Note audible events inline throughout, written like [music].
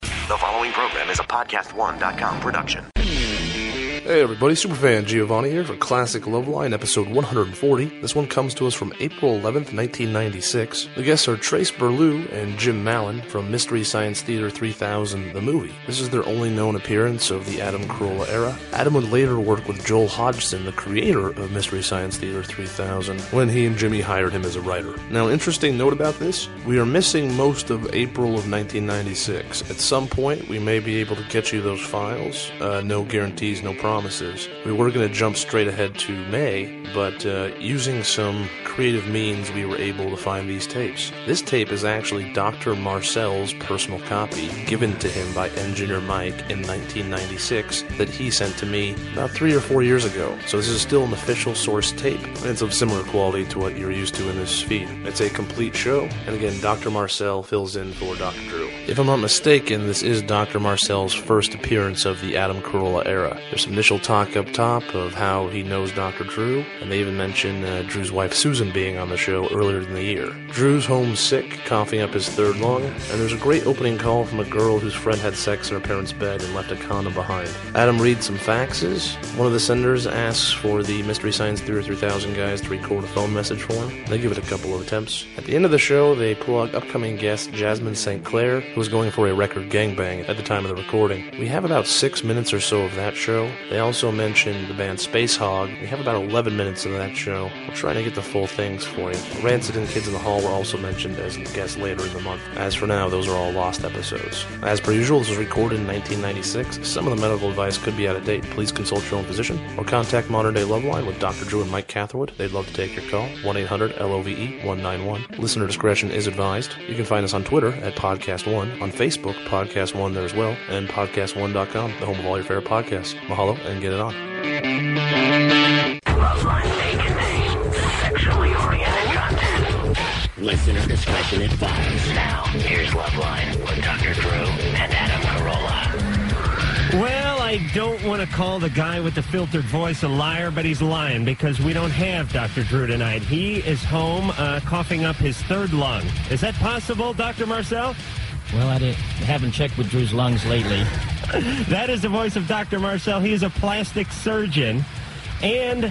The following program is a podcast1.com production. Hey everybody, Superfan Giovanni here for Classic Loveline, episode 140. This one comes to us from April 11th, 1996. The guests are Trace Berlew and Jim Mallon from Mystery Science Theater 3000, the movie. This is their only known appearance of the Adam Carolla era. Adam would later work with Joel Hodgson, the creator of Mystery Science Theater 3000, when he and Jimmy hired him as a writer. Now, interesting note about this, we are missing most of April of 1996. At some point, we may be able to get you those files. Uh, no guarantees, no promises. We were going to jump straight ahead to May, but uh, using some creative means, we were able to find these tapes. This tape is actually Dr. Marcel's personal copy, given to him by Engineer Mike in 1996, that he sent to me about three or four years ago. So this is still an official source tape, and it's of similar quality to what you're used to in this feed. It's a complete show, and again, Dr. Marcel fills in for Dr. Drew. If I'm not mistaken, this is Dr. Marcel's first appearance of the Adam Carolla era. There's some initial talk up top of how he knows Dr. Drew, and they even mention uh, Drew's wife Susan being on the show earlier in the year. Drew's home sick, coughing up his third lung, and there's a great opening call from a girl whose friend had sex in her parents' bed and left a condom behind. Adam reads some faxes. One of the senders asks for the Mystery Science Theater 3000 guys to record a phone message for him. They give it a couple of attempts. At the end of the show, they plug upcoming guest Jasmine St. Clair, who was going for a record gangbang at the time of the recording. We have about six minutes or so of that show. They also mention the band Space Hog. We have about 11 minutes of that show. We're trying to get the full things for you. Rancid and Kids in the Hall were also mentioned as guests later in the month. As for now, those are all lost episodes. As per usual, this was recorded in 1996. Some of the medical advice could be out of date. Please consult your own physician or contact Modern Day Loveline with Dr. Drew and Mike Catherwood. They'd love to take your call. 1 800 LOVE 191. Listener discretion is advised. You can find us on Twitter at Podcast One, on Facebook, Podcast One there as well, and Podcast1.com, the home of all your favorite podcasts. Mahalo and get it on. [laughs] Loveline may contain sexually oriented content. Listener discretion advised. Now, here's Loveline with Dr. Drew and Adam Carolla. Well, I don't want to call the guy with the filtered voice a liar, but he's lying because we don't have Dr. Drew tonight. He is home uh, coughing up his third lung. Is that possible, Dr. Marcel? Well, I didn't, haven't checked with Drew's lungs lately. [laughs] That is the voice of Dr. Marcel. He is a plastic surgeon and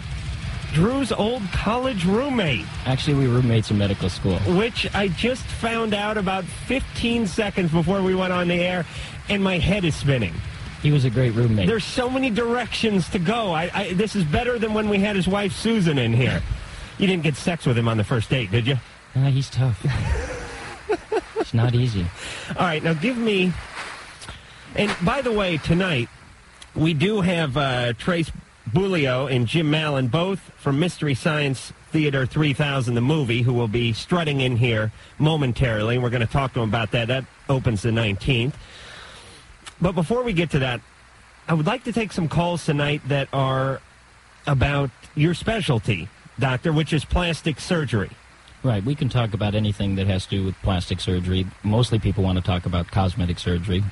Drew's old college roommate, Actually, we were roommates in medical school. which I just found out about 15 seconds before we went on the air, and my head is spinning. He was a great roommate. There's so many directions to go. I, I, this is better than when we had his wife Susan in here. You didn't get sex with him on the first date, did you? Ah, he's tough. it's not easy. All right, now give me. And by the way, tonight we do have uh, Trace Bulio and Jim Mallon, both from Mystery Science Theater 3000, the movie, who will be strutting in here momentarily. We're going to talk to them about that. That opens the 19th. But before we get to that, I would like to take some calls tonight that are about [laughs] your specialty, doctor, which is plastic surgery. Right, we can talk about anything that has to do with plastic surgery. Mostly people want to talk about cosmetic surgery.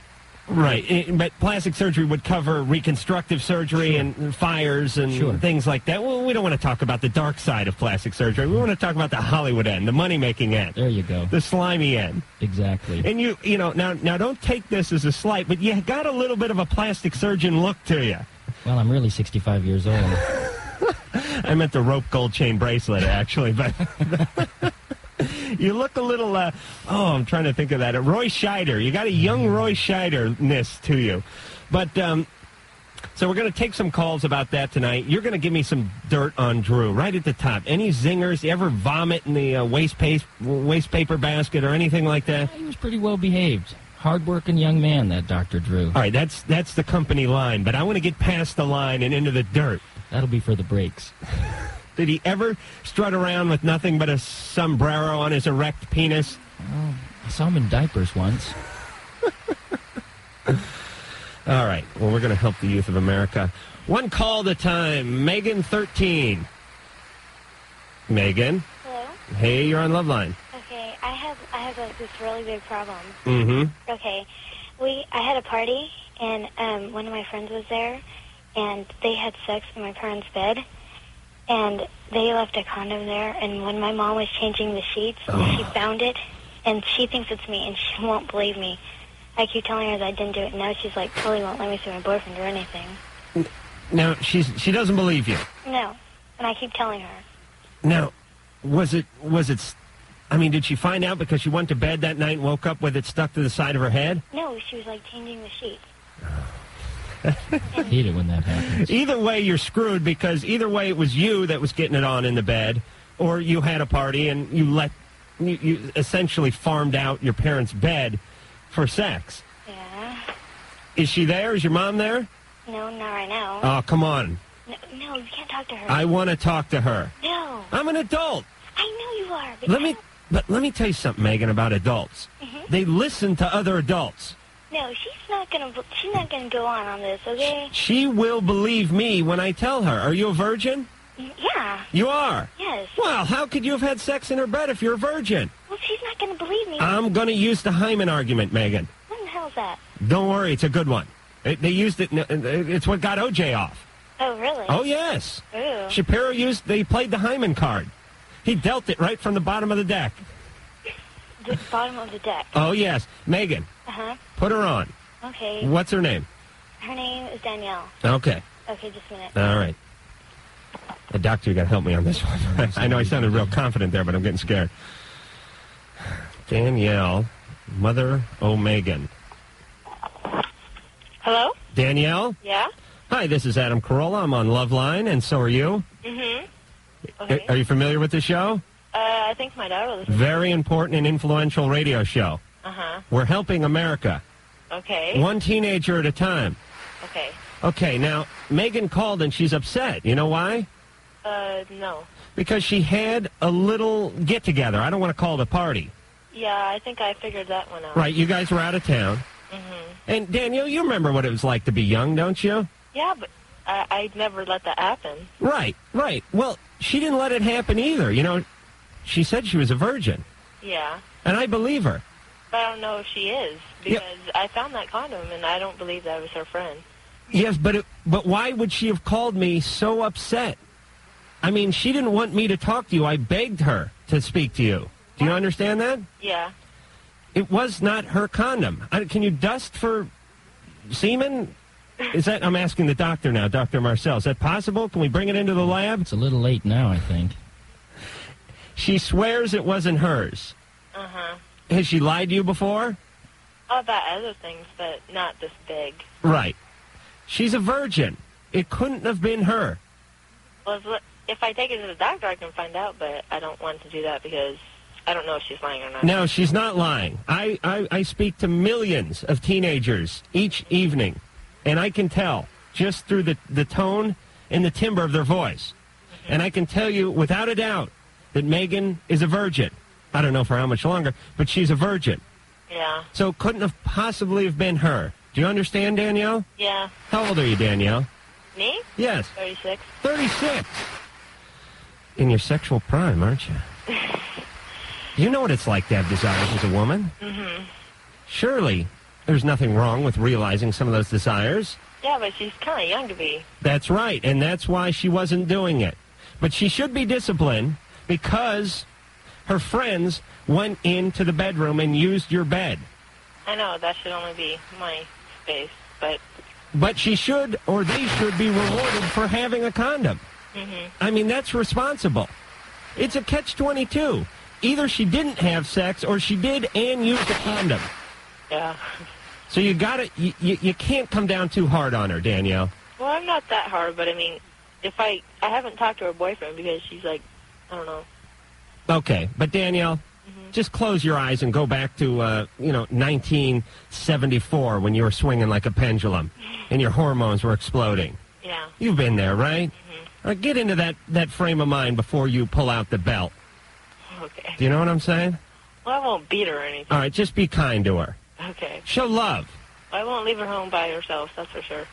Right, eh, but plastic surgery would cover reconstructive surgery and fires and Sure. things like that. Well, we don't want to talk about the dark side of plastic surgery. We want to talk about the Hollywood end, the money-making end, There you go. the slimy end. Exactly. And you, you know, now, now don't take this as a slight, but you got a little bit of a plastic surgeon look to you. Well, I'm really 65 years old. [laughs] I meant the rope gold chain bracelet, actually, but. [laughs] You look a little, uh, oh, I'm trying to think of that. Uh, Roy Scheider. You got a young Mm. Roy Scheider-ness to you. But, um, so we're going to take some calls about that tonight. You're going to give me some dirt on Drew right at the top. Any zingers? You ever vomit in the uh, waste, pa- waste paper basket or anything like that? He was pretty well behaved. Hard-working young man, that Dr. Drew. All right, that's, that's the company line, but I want to get past the line and into the dirt. That'll be for the breaks. [laughs] Did he ever strut around with nothing but a sombrero on his erect penis? I saw him in diapers once. [laughs] All right. Well, we're going to help the youth of America. One call at a time. Megan, 13. Megan, Hello. hey, you're on Loveline. Okay, I have I have like this really big problem. Mm-hmm. Okay, we I had a party and um, one of my friends was there, and they had sex in my parents' bed, and they left a condom there. And when my mom was Oh. changing the sheets, she found it, and she thinks it's me, and she won't believe me. I keep telling her that I didn't do it. Now she's like totally won't let me see my boyfriend or anything. Now she's she doesn't believe you. No, and I keep telling her. Now, was it was it? s- I mean, did she find out because she went to bed that night and woke up with it stuck to the side of her head? No, she was like changing the sheets. [laughs] I hate it when that happens. Either way, you're screwed because either way, it was you that was getting it on in the bed, or you had a party and you let you, you essentially farmed out your parents' bed for sex. Yeah. Is she there? Is your mom there? No, not right now. Oh, come on. no, no, you can't talk to her. I want to talk to her. no, I'm an adult. I know you are. But Let I me, don't- but let me tell you something, Megan, about adults. Mm-hmm. They listen to other adults. No, she's not gonna. She's not gonna go on on this. Okay. She will believe me when I tell her. Are you a virgin? Mm, Yeah. You are. Yes. Well, how could you have had sex in her bed if you're a virgin? Well, she's not gonna believe me. I'm going to use the Hyman argument, Megan. what the hell's that? Don't worry, it's a good one. It, they used it. uh, It's what got OJ off. Oh, really? Oh yes. Ew. Shapiro used. They played the Hyman card. He dealt it right from the bottom of the deck. The bottom of the deck. Oh yes, Megan. Uh huh. Put her on. Okay. What's her name? Her name is Danielle. Okay. Okay, just a minute. All right. The doctor, you got to help me on this one. [laughs] I know I sounded real confident there, but I'm getting scared. Danielle, Mother O'Megan. Hello? Danielle? Yeah? Hi, this is Adam Carolla. I'm on Loveline, and so are you. Okay. Are you familiar with the show? Mm-hmm. Uh, I think my dad was. Very important and influential radio show. Uh huh. We're helping America, Okay. one teenager at a time. Okay. Okay, now, Megan called and she's upset. You know why? Uh, no. Because she had a little get together. I don't want to call it a party. Yeah, I think I figured that one out. Mm-hmm. Right, you guys were out of town. And Daniel, you remember what it was like to be young, don't you? Yeah, but I, I'd never let that happen. Right, right. Well, she didn't let it happen either. You know, she said she was a virgin, Yeah. and I believe her. But I don't know if she is Yeah. because I found that condom and I don't believe that was her friend. Yes, but it, but why would she have called me so upset? I mean, she didn't want me to talk to you. I begged her to speak to you. Do you understand that? Yeah. It was not her condom. I, can you dust for semen? Is that I'm asking the doctor now, Dr. Marcel. Is that possible? Can we bring it into the lab? It's a little late now, I think. She swears it wasn't hers. Uh huh. Has she lied to you before? All about other things, but not this big. Right. She's a virgin. It couldn't have been her. Well, if- if I take it to the doctor, I can find out, but I don't want to do that because I don't know if she's lying or not. No, she's not lying. I, I, I speak to millions of teenagers each evening, and I can tell just through the, the tone and the timbre of their voice. And I can tell you without a doubt that Megan is a virgin. I don't know for how much longer, but she's a virgin. Yeah. So it couldn't have possibly have been her. Do you understand, Danielle? Yeah. How old are you, Danielle? Me? Yes. 36. 36. In your sexual prime, aren't you? [laughs] you know what it's like to have desires as a woman. Mm-hmm. Surely, there's nothing wrong with realizing some of those desires. Yeah, but she's kind of young to be. That's right, and that's why she wasn't doing it. But she should be disciplined because her friends went into the bedroom and used your bed. I know that should only be my space, but But she should, or they should, be rewarded for having a condom. I mean, that's responsible. It's a catch-22. Either she didn't have sex, or she did and used a condom. yeah. [laughs] So you gotta, you, you, you can't come down too hard on her, Danielle. Well, I'm not that hard, but I mean, if I I haven't talked to her boyfriend because she's like, I don't know. [laughs] Okay, but Danielle, just close your eyes and go back to, uh, you know, 1974 when you were swinging like a pendulum and your hormones were exploding. Yeah. You've been there, right? All right, get into that, that frame of mind before you pull out the belt. Okay. Do you know what I'm saying? Well, I won't beat her or anything. All right, just be kind to her. Okay. Show Uh, love, I won't leave her home by herself. That's for sure.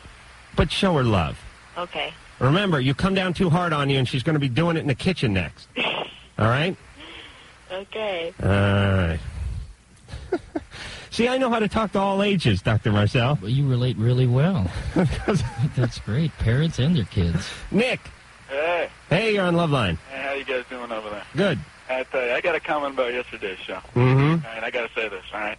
but show her love. Okay. [laughs] Remember, you come down too hard on you, and she's going to be doing it in the kitchen next. All right? Okay. All right. See, I know how to talk to all ages, Dr. Marcel. Well, you relate [laughs] really well. That's great. Parents and their kids. Nick, Hey, hey, you're on Loveline. hey, how you guys doing over there? Good. I tell you, I got a comment about yesterday's show, Mm-hmm. and I got to say this. All right,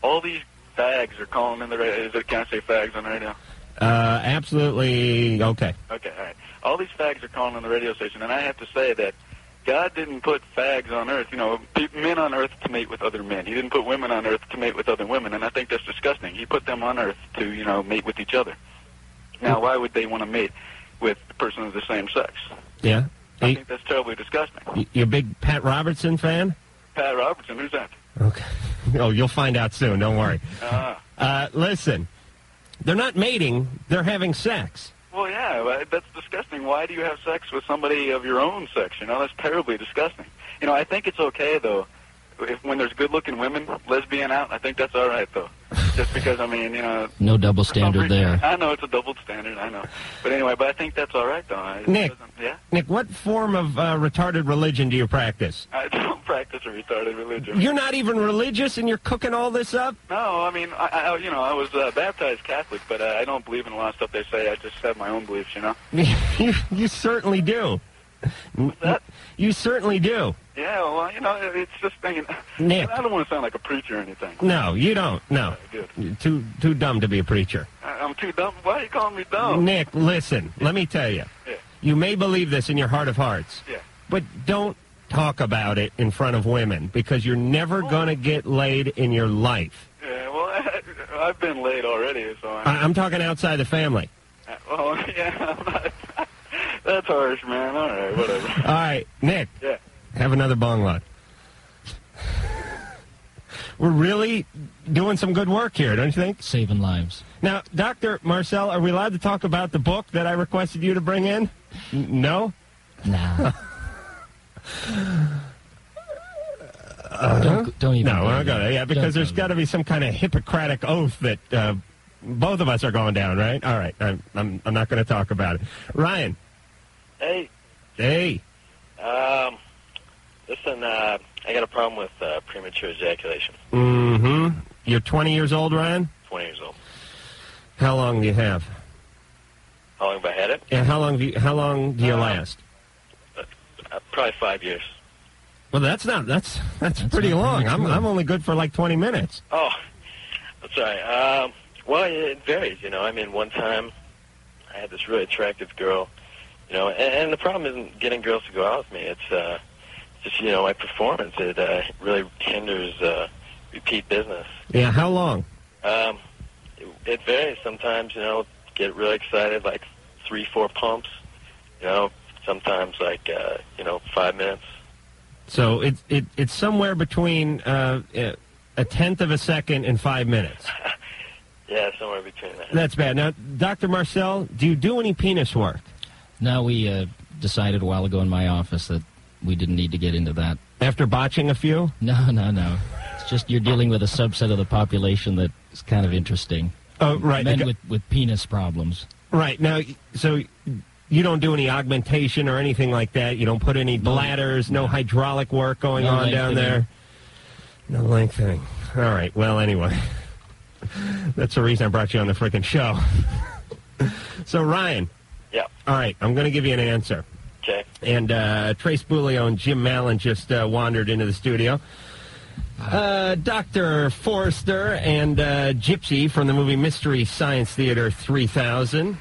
all these fags are calling in the radio. Is it, can I say fags on the radio? Uh, absolutely. Okay. Okay, all right. All these fags are calling on the radio station, and I have to say that God didn't put fags on earth, you know, pe- men on earth to mate with other men. He didn't put women on earth to mate with other women, and I think that's disgusting. He put them on earth to, you know, mate with each other. Mm. Now, why would they want to mate with a person of the same sex? Yeah. I Hey, think that's terribly disgusting. y- you a big Pat Robertson fan? [laughs] Pat Robertson, who's that? Okay. Oh, you'll find out soon. Don't worry. Ah. Uh, listen, they're not mating. They're having sex. Well, yeah, well, that's disgusting. Why do you have sex with somebody of your own sex? You know, that's terribly disgusting. You know, I think it's okay though. If when there's good-looking women, lesbian out, I think that's all right though. Just because I mean, you know, No double standard there. I know it's a double standard. I know, but anyway, but I think that's all right though. I- it Nick. doesn't- yeah, Nick, what form of uh, retarded religion do you practice? I don't [laughs] practice a retarded religion. You're not even religious, and you're cooking all this up. [laughs] No, I mean, I, I you know, I was uh, baptized Catholic, but uh, I don't believe in a lot of stuff they say. I just have my own beliefs, you know. you, you certainly do. that? You certainly do. Yeah, well, you know, it's just [laughs] thinking. Nick. I don't want to sound like a preacher or anything. No, you don't. No, Good. You're too too dumb to be a preacher. I- I'm too dumb. Why are you calling me dumb? Nick, listen. Let me tell you. Yeah. You may believe this in your heart of hearts, Yeah. but don't talk about it in front of women because you're never gonna get laid in your life. Yeah, well, [laughs] I, I've been late already, so I, I'm, I'm talking outside the family. [laughs] well, yeah, [laughs] I'm not, that's harsh, man. All right, whatever. All right, Nick. Yeah. Have another bong lot. We're really doing some good work here, don't you think? Saving lives. Now, Dr. Marcel, are we allowed to talk about the book that I requested you to bring in? N- No? [laughs] Nah. don't, don't even. No, we're go not going there. to. Yeah, because Don't there's go got to be some kind of Hippocratic oath that uh, both of us are going down, right? All right. I'm, I'm, I'm not going to talk about it. Ryan, Hey, hey, um, listen, uh, I got a problem with uh, premature ejaculation. mm-hmm. you're 20 years old, Ryan? 20 years old. How long do you have? How long have I had it? And how long do you, how long do you last? Uh, probably five years. Well, that's not that's that's, That's pretty not long. I'm, premature. I'm only good for like 20 minutes. Oh, I'm sorry. Um, well, it varies, you know. I mean, one time I had this really attractive girl, you know, and, and the problem isn't getting girls to go out with me. It's uh, just, you know, my performance. It uh, really hinders uh, repeat business. Yeah, how long? Um, it, it varies. Sometimes, you know, get really excited, like three, four pumps. You know, sometimes like uh, you know, five minutes. So it, it, it's somewhere between uh, uh, a tenth of a second and five minutes. Yeah, somewhere between that. That's bad. Now, Dr. Marcel, do you do any penis work? No, we uh, decided a while ago in my office that we didn't need to get into that. After botching a few? [laughs] No, no, no. It's just you're dealing with a subset of the population that is kind of interesting. Oh, right. Men Okay. with, with penis problems. Right. Now, so you don't do any augmentation or anything like that? You don't put any bladders, no, hydraulic work going No on down lengthening. there? No lengthening. All right. Well, anyway. [laughs] That's the reason I brought you on the freaking show. [laughs] so, Ryan, Yeah. all right, I'm going to give you an answer. Okay. And uh, Trace Bulio and Jim Mallon just uh, wandered into the studio. Uh, Dr. Forrester and uh, Gypsy from the movie Mystery Science Theater 3000.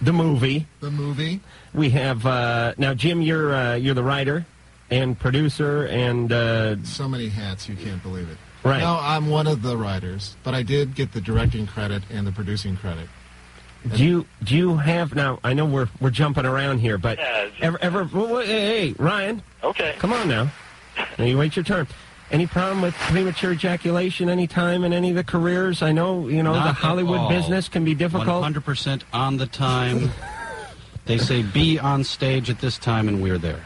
The movie. The movie. We have, uh, now, Jim, you're, uh, you're the writer and producer and, uh, So many hats, you can't believe it. Right. No, I'm one of the writers, but I did get the directing credit and the producing credit. do you, do you have, now, I know we're, we're jumping around here, but Yeah, it's- ever, ever, whoa, whoa, hey, hey, Ryan, Okay. Come on now. Now you wait your turn. Any problem with premature ejaculation any time in any of the careers? I know, you know, Not the at Hollywood all. business can be difficult. 100% on the time. They say be on stage at this time, and we're there.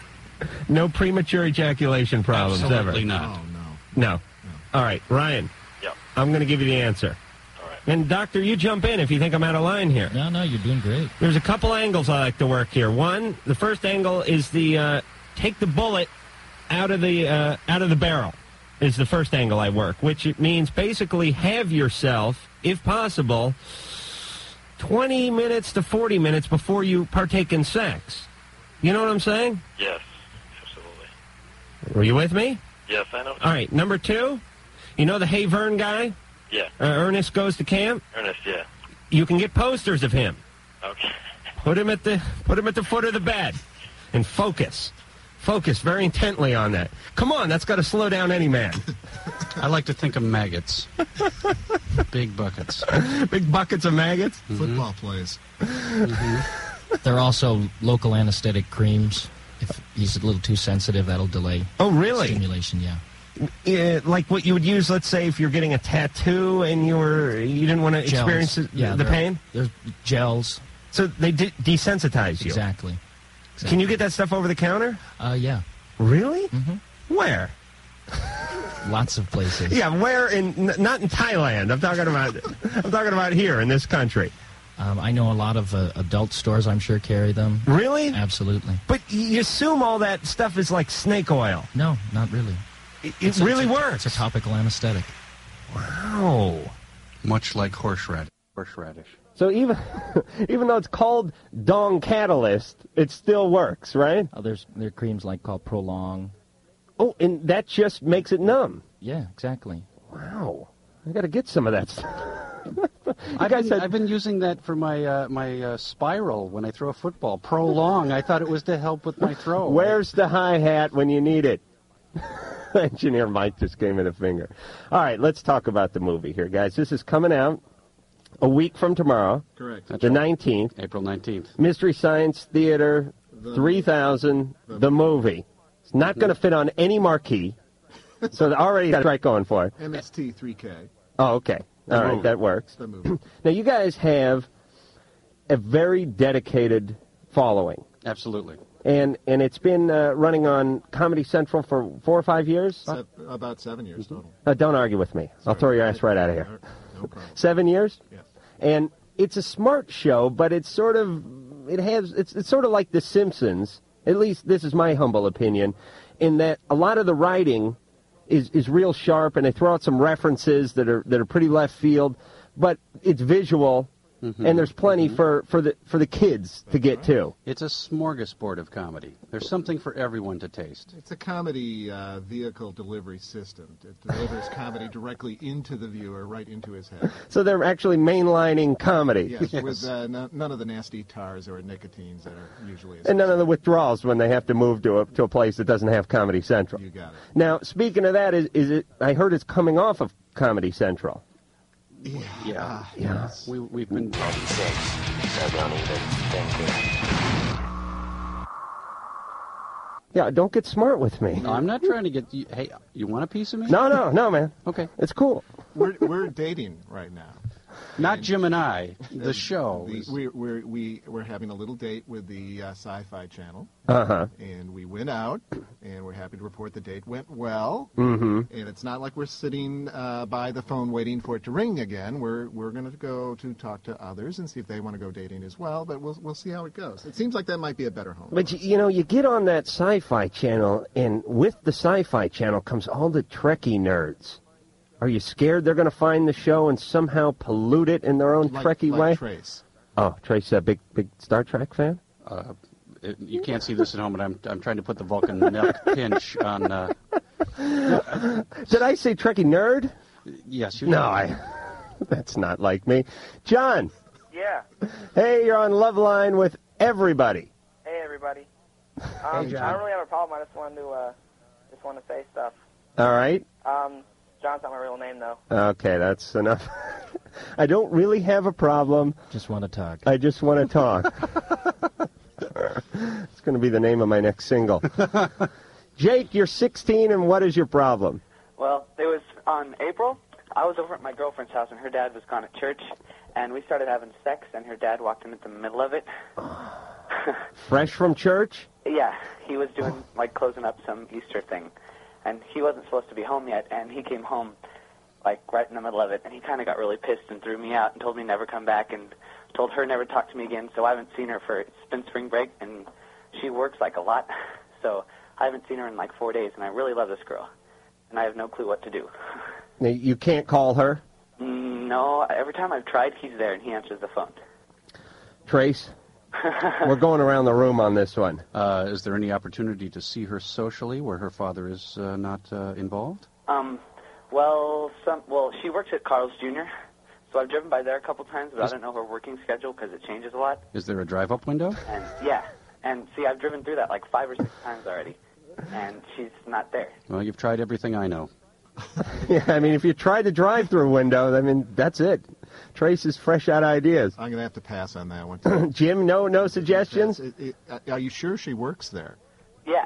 No premature ejaculation problems Absolutely ever. not. Oh, no. No. All right, Ryan, Yeah. I'm going to give you the answer. All right. And, Doctor, you jump in if you think I'm out of line here. No, no, you're doing great. There's a couple angles I like to work here. One, the first angle is the uh, take the bullet out of the uh, out of the barrel is the first angle I work, which it means basically have yourself, if possible, 20 minutes to 40 minutes before you partake in sex. You know what I'm saying? Yes. Absolutely. Were you with me? Yes, I know. All right. Number two, you know the Hey Vern guy. Yeah. Uh, Ernest goes to camp. Ernest, yeah. You can get posters of him. Okay. Put him at the put him at the foot of the bed, and focus, focus very intently on that. Come on, that's got to slow down any [laughs] man. I like to think of maggots. [laughs] Big buckets. Big buckets of maggots. Mm-hmm. Football plays. [laughs] There are also local anesthetic creams. If he's a little too sensitive, that'll delay. Oh, really? Stimulation, yeah. [laughs] Yeah, like what you would use, let's say, if you're getting a tattoo and you were you didn't want to Gels. experience it- Yeah, the there are- pain. There's gels. So they de- desensitize you. Exactly. Can you get that stuff over the counter? Uh, yeah. Really? Mm-hmm. Where? Lots of places. Yeah, where in? n- Not in Thailand. I'm talking about. I'm talking about here in this country. Um, I know a lot of uh, adult stores, I'm sure, carry them. Really? Absolutely. But y- you assume all that stuff is like snake oil. No, not really. It, It's it a- really it's a- works. It's a topical anesthetic. Wow. Much like horseradish. Horseradish. So even [laughs] even though it's called Dong Catalyst, it still works, right? Oh, there's there are creams like called Prolong. Oh, and that just makes it numb. Yeah, exactly. Wow. I got to get some of that stuff. [laughs] I've, been, I've been using that for my uh, my uh, spiral when I throw a football. Prolong. I thought it was to help with my throw. Where's the hi hat when you need it? [laughs] Engineer Mike just gave me the finger. All right, let's talk about the movie here, guys. This is coming out a week from tomorrow, Correct. the 19th. April 19th. Mystery Science Theater The- 3000, the, movie. It's not going to fit on any marquee. so they already got a strike going for it. MST 3K. Oh, okay. The All right, movie. that works. The movie. [clears throat] now, you guys have a very dedicated following. Absolutely. And, and it's been uh, running on Comedy Central for four or five years? Se- about seven years Mm-hmm. total. Uh, don't argue with me. I'll throw your ass right out of here. No problem. Seven years? Yes. And it's a smart show, but it's sort of it has it's it's sort of like The Simpsons. At least this is my humble opinion, in that a lot of the writing is is real sharp, and they throw out some references that are that are pretty left field, but it's visual, Mm-hmm. and there's plenty for for the for the kids to get to. It's a smorgasbord of comedy. There's something for everyone to taste. It's a comedy uh, vehicle delivery system. It delivers comedy directly into the viewer, right into his head. So they're actually mainlining comedy, Yes, with uh, no, none of the nasty tars or nicotines that are usually. and none of the withdrawals when they have to move to a to a place that doesn't have Comedy Central. You got it. Now, speaking of that, is, is it? I heard it's coming off of Comedy Central. Ah, Yeah. Yeah. We, we've been. 96. So don't even think it. Yeah, don't get smart with me. I'm not trying to get you. Hey, you want a piece of me? No, no, no, man. Okay. It's cool. We're, we're dating right now. Not Jim and I. The show. The, is- we, we're, we, we're having a little date with the uh, Sci Fi Channel. Uh huh. and we went out, and we're happy to report the date went well. Mm-hmm. And it's not like we're sitting uh, by the phone waiting for it to ring again. We're we're going to go to talk to others and see if they want to go dating as well. But we'll we'll see how it goes. It seems like that might be a better home. But you, you know, you get on that Sci-Fi Channel, and with the Sci-Fi Channel comes all the Trekkie nerds. Are you scared they're going to find the show and somehow pollute it in their own like, Trekkie like way? Trace. oh, Trace, a big, big Star Trek fan. [laughs] Uh, it- you can't see this at home, but I'm, I'm trying to put the Vulcan neck pinch on. Uh, Did I say Trekkie nerd? yes, you No, did. I. [laughs] That's not like me, John. Yeah. Hey, you're on Loveline with everybody. Hey, [laughs] everybody. Um, John. I don't really have a problem. I just wanted to uh, just want to say stuff. All right. Um, John's not my real name though. Okay, that's enough. [laughs] I don't really have a problem. Just want to talk. I just want to talk. [laughs] it's going to be the name of my next [laughs] single. Jake, you're 16, and what is your problem? Well, it was on April. I was over at my girlfriend's house, and her dad was gone at church, and we started having sex, and her dad walked in at the middle of it. Fresh from church? Yeah, he was doing like closing up some Easter thing, and he wasn't supposed to be home yet, and he came home like right in the middle of it, and he kind of got really pissed and threw me out and told me never come back and told her never to talk to me again. So I haven't seen her for it's been spring break, and she works like a lot, [laughs] so I haven't seen her in like four days, and I really love this girl, and I have no clue what to do. Now, You can't call her. [laughs] No, every time I've tried, he's there and he answers the phone. [laughs] Trace, we're going around the room on this one. Uh, is there any opportunity to see her socially where her father is uh, not uh, involved? Um, Well, some. Well, she works at Carl's Jr., so I've driven by there a couple times, but I Is- don't know her working schedule because it changes a lot. Is there a drive up window? And yeah, and see, I've driven through that like five or six times already, and she's not there. Well, you've tried everything I know. Yeah, I mean, if you try the drive-through window, I mean, that's it. Trace is fresh out ideas. [clears throat] I'm going to have to pass on that one. Jim, no, no suggestions. It- it- uh, are you sure she works there? Yeah.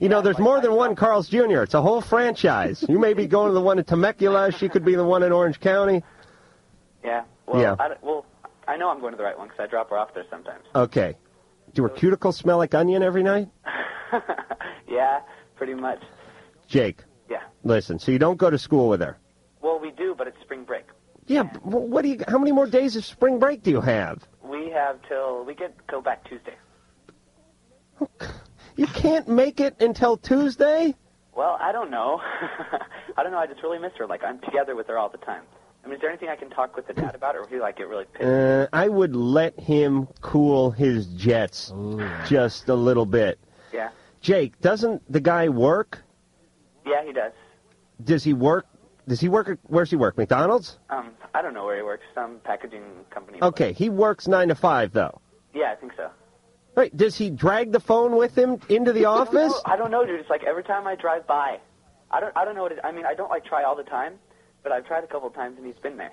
You know, there's more than one Carl's Jr. It's a whole franchise. You may be going to the one in Temecula. She could be the one in Orange County. Yeah. Well, Yeah. I, don't- well, I know I'm going to the right one because I drop her off there sometimes. [laughs] Okay. Do her cuticles smell like onion every night? Yeah, pretty much. Jake, Yeah. listen. So you don't go to school with her. Well, we do, but it's spring break. Yeah. but What do you? How many more days of spring break do you have? We have till we get go back Tuesday. You can't make it until Tuesday. Well, I don't know. [laughs] I don't know. I just really miss her. Like I'm together with her all the time. I mean, is there anything I can talk with the dad about, or would he like get really pissed? Uh, I would let him cool his jets just a little bit. Yeah. Jake, doesn't the guy work? Yeah, he does. Does he work? Does he work? At, where's he work? McDonald's. Um, I don't know where he works. Some packaging company. Okay, he works nine to five though. Yeah, I think so. Right? Does he drag the phone with him into [laughs] the I don't office? know- I don't know, dude. It's like every time I drive by, I don't. I don't know what. It, I mean, I don't like try all the time, but I've tried a couple times and he's been there.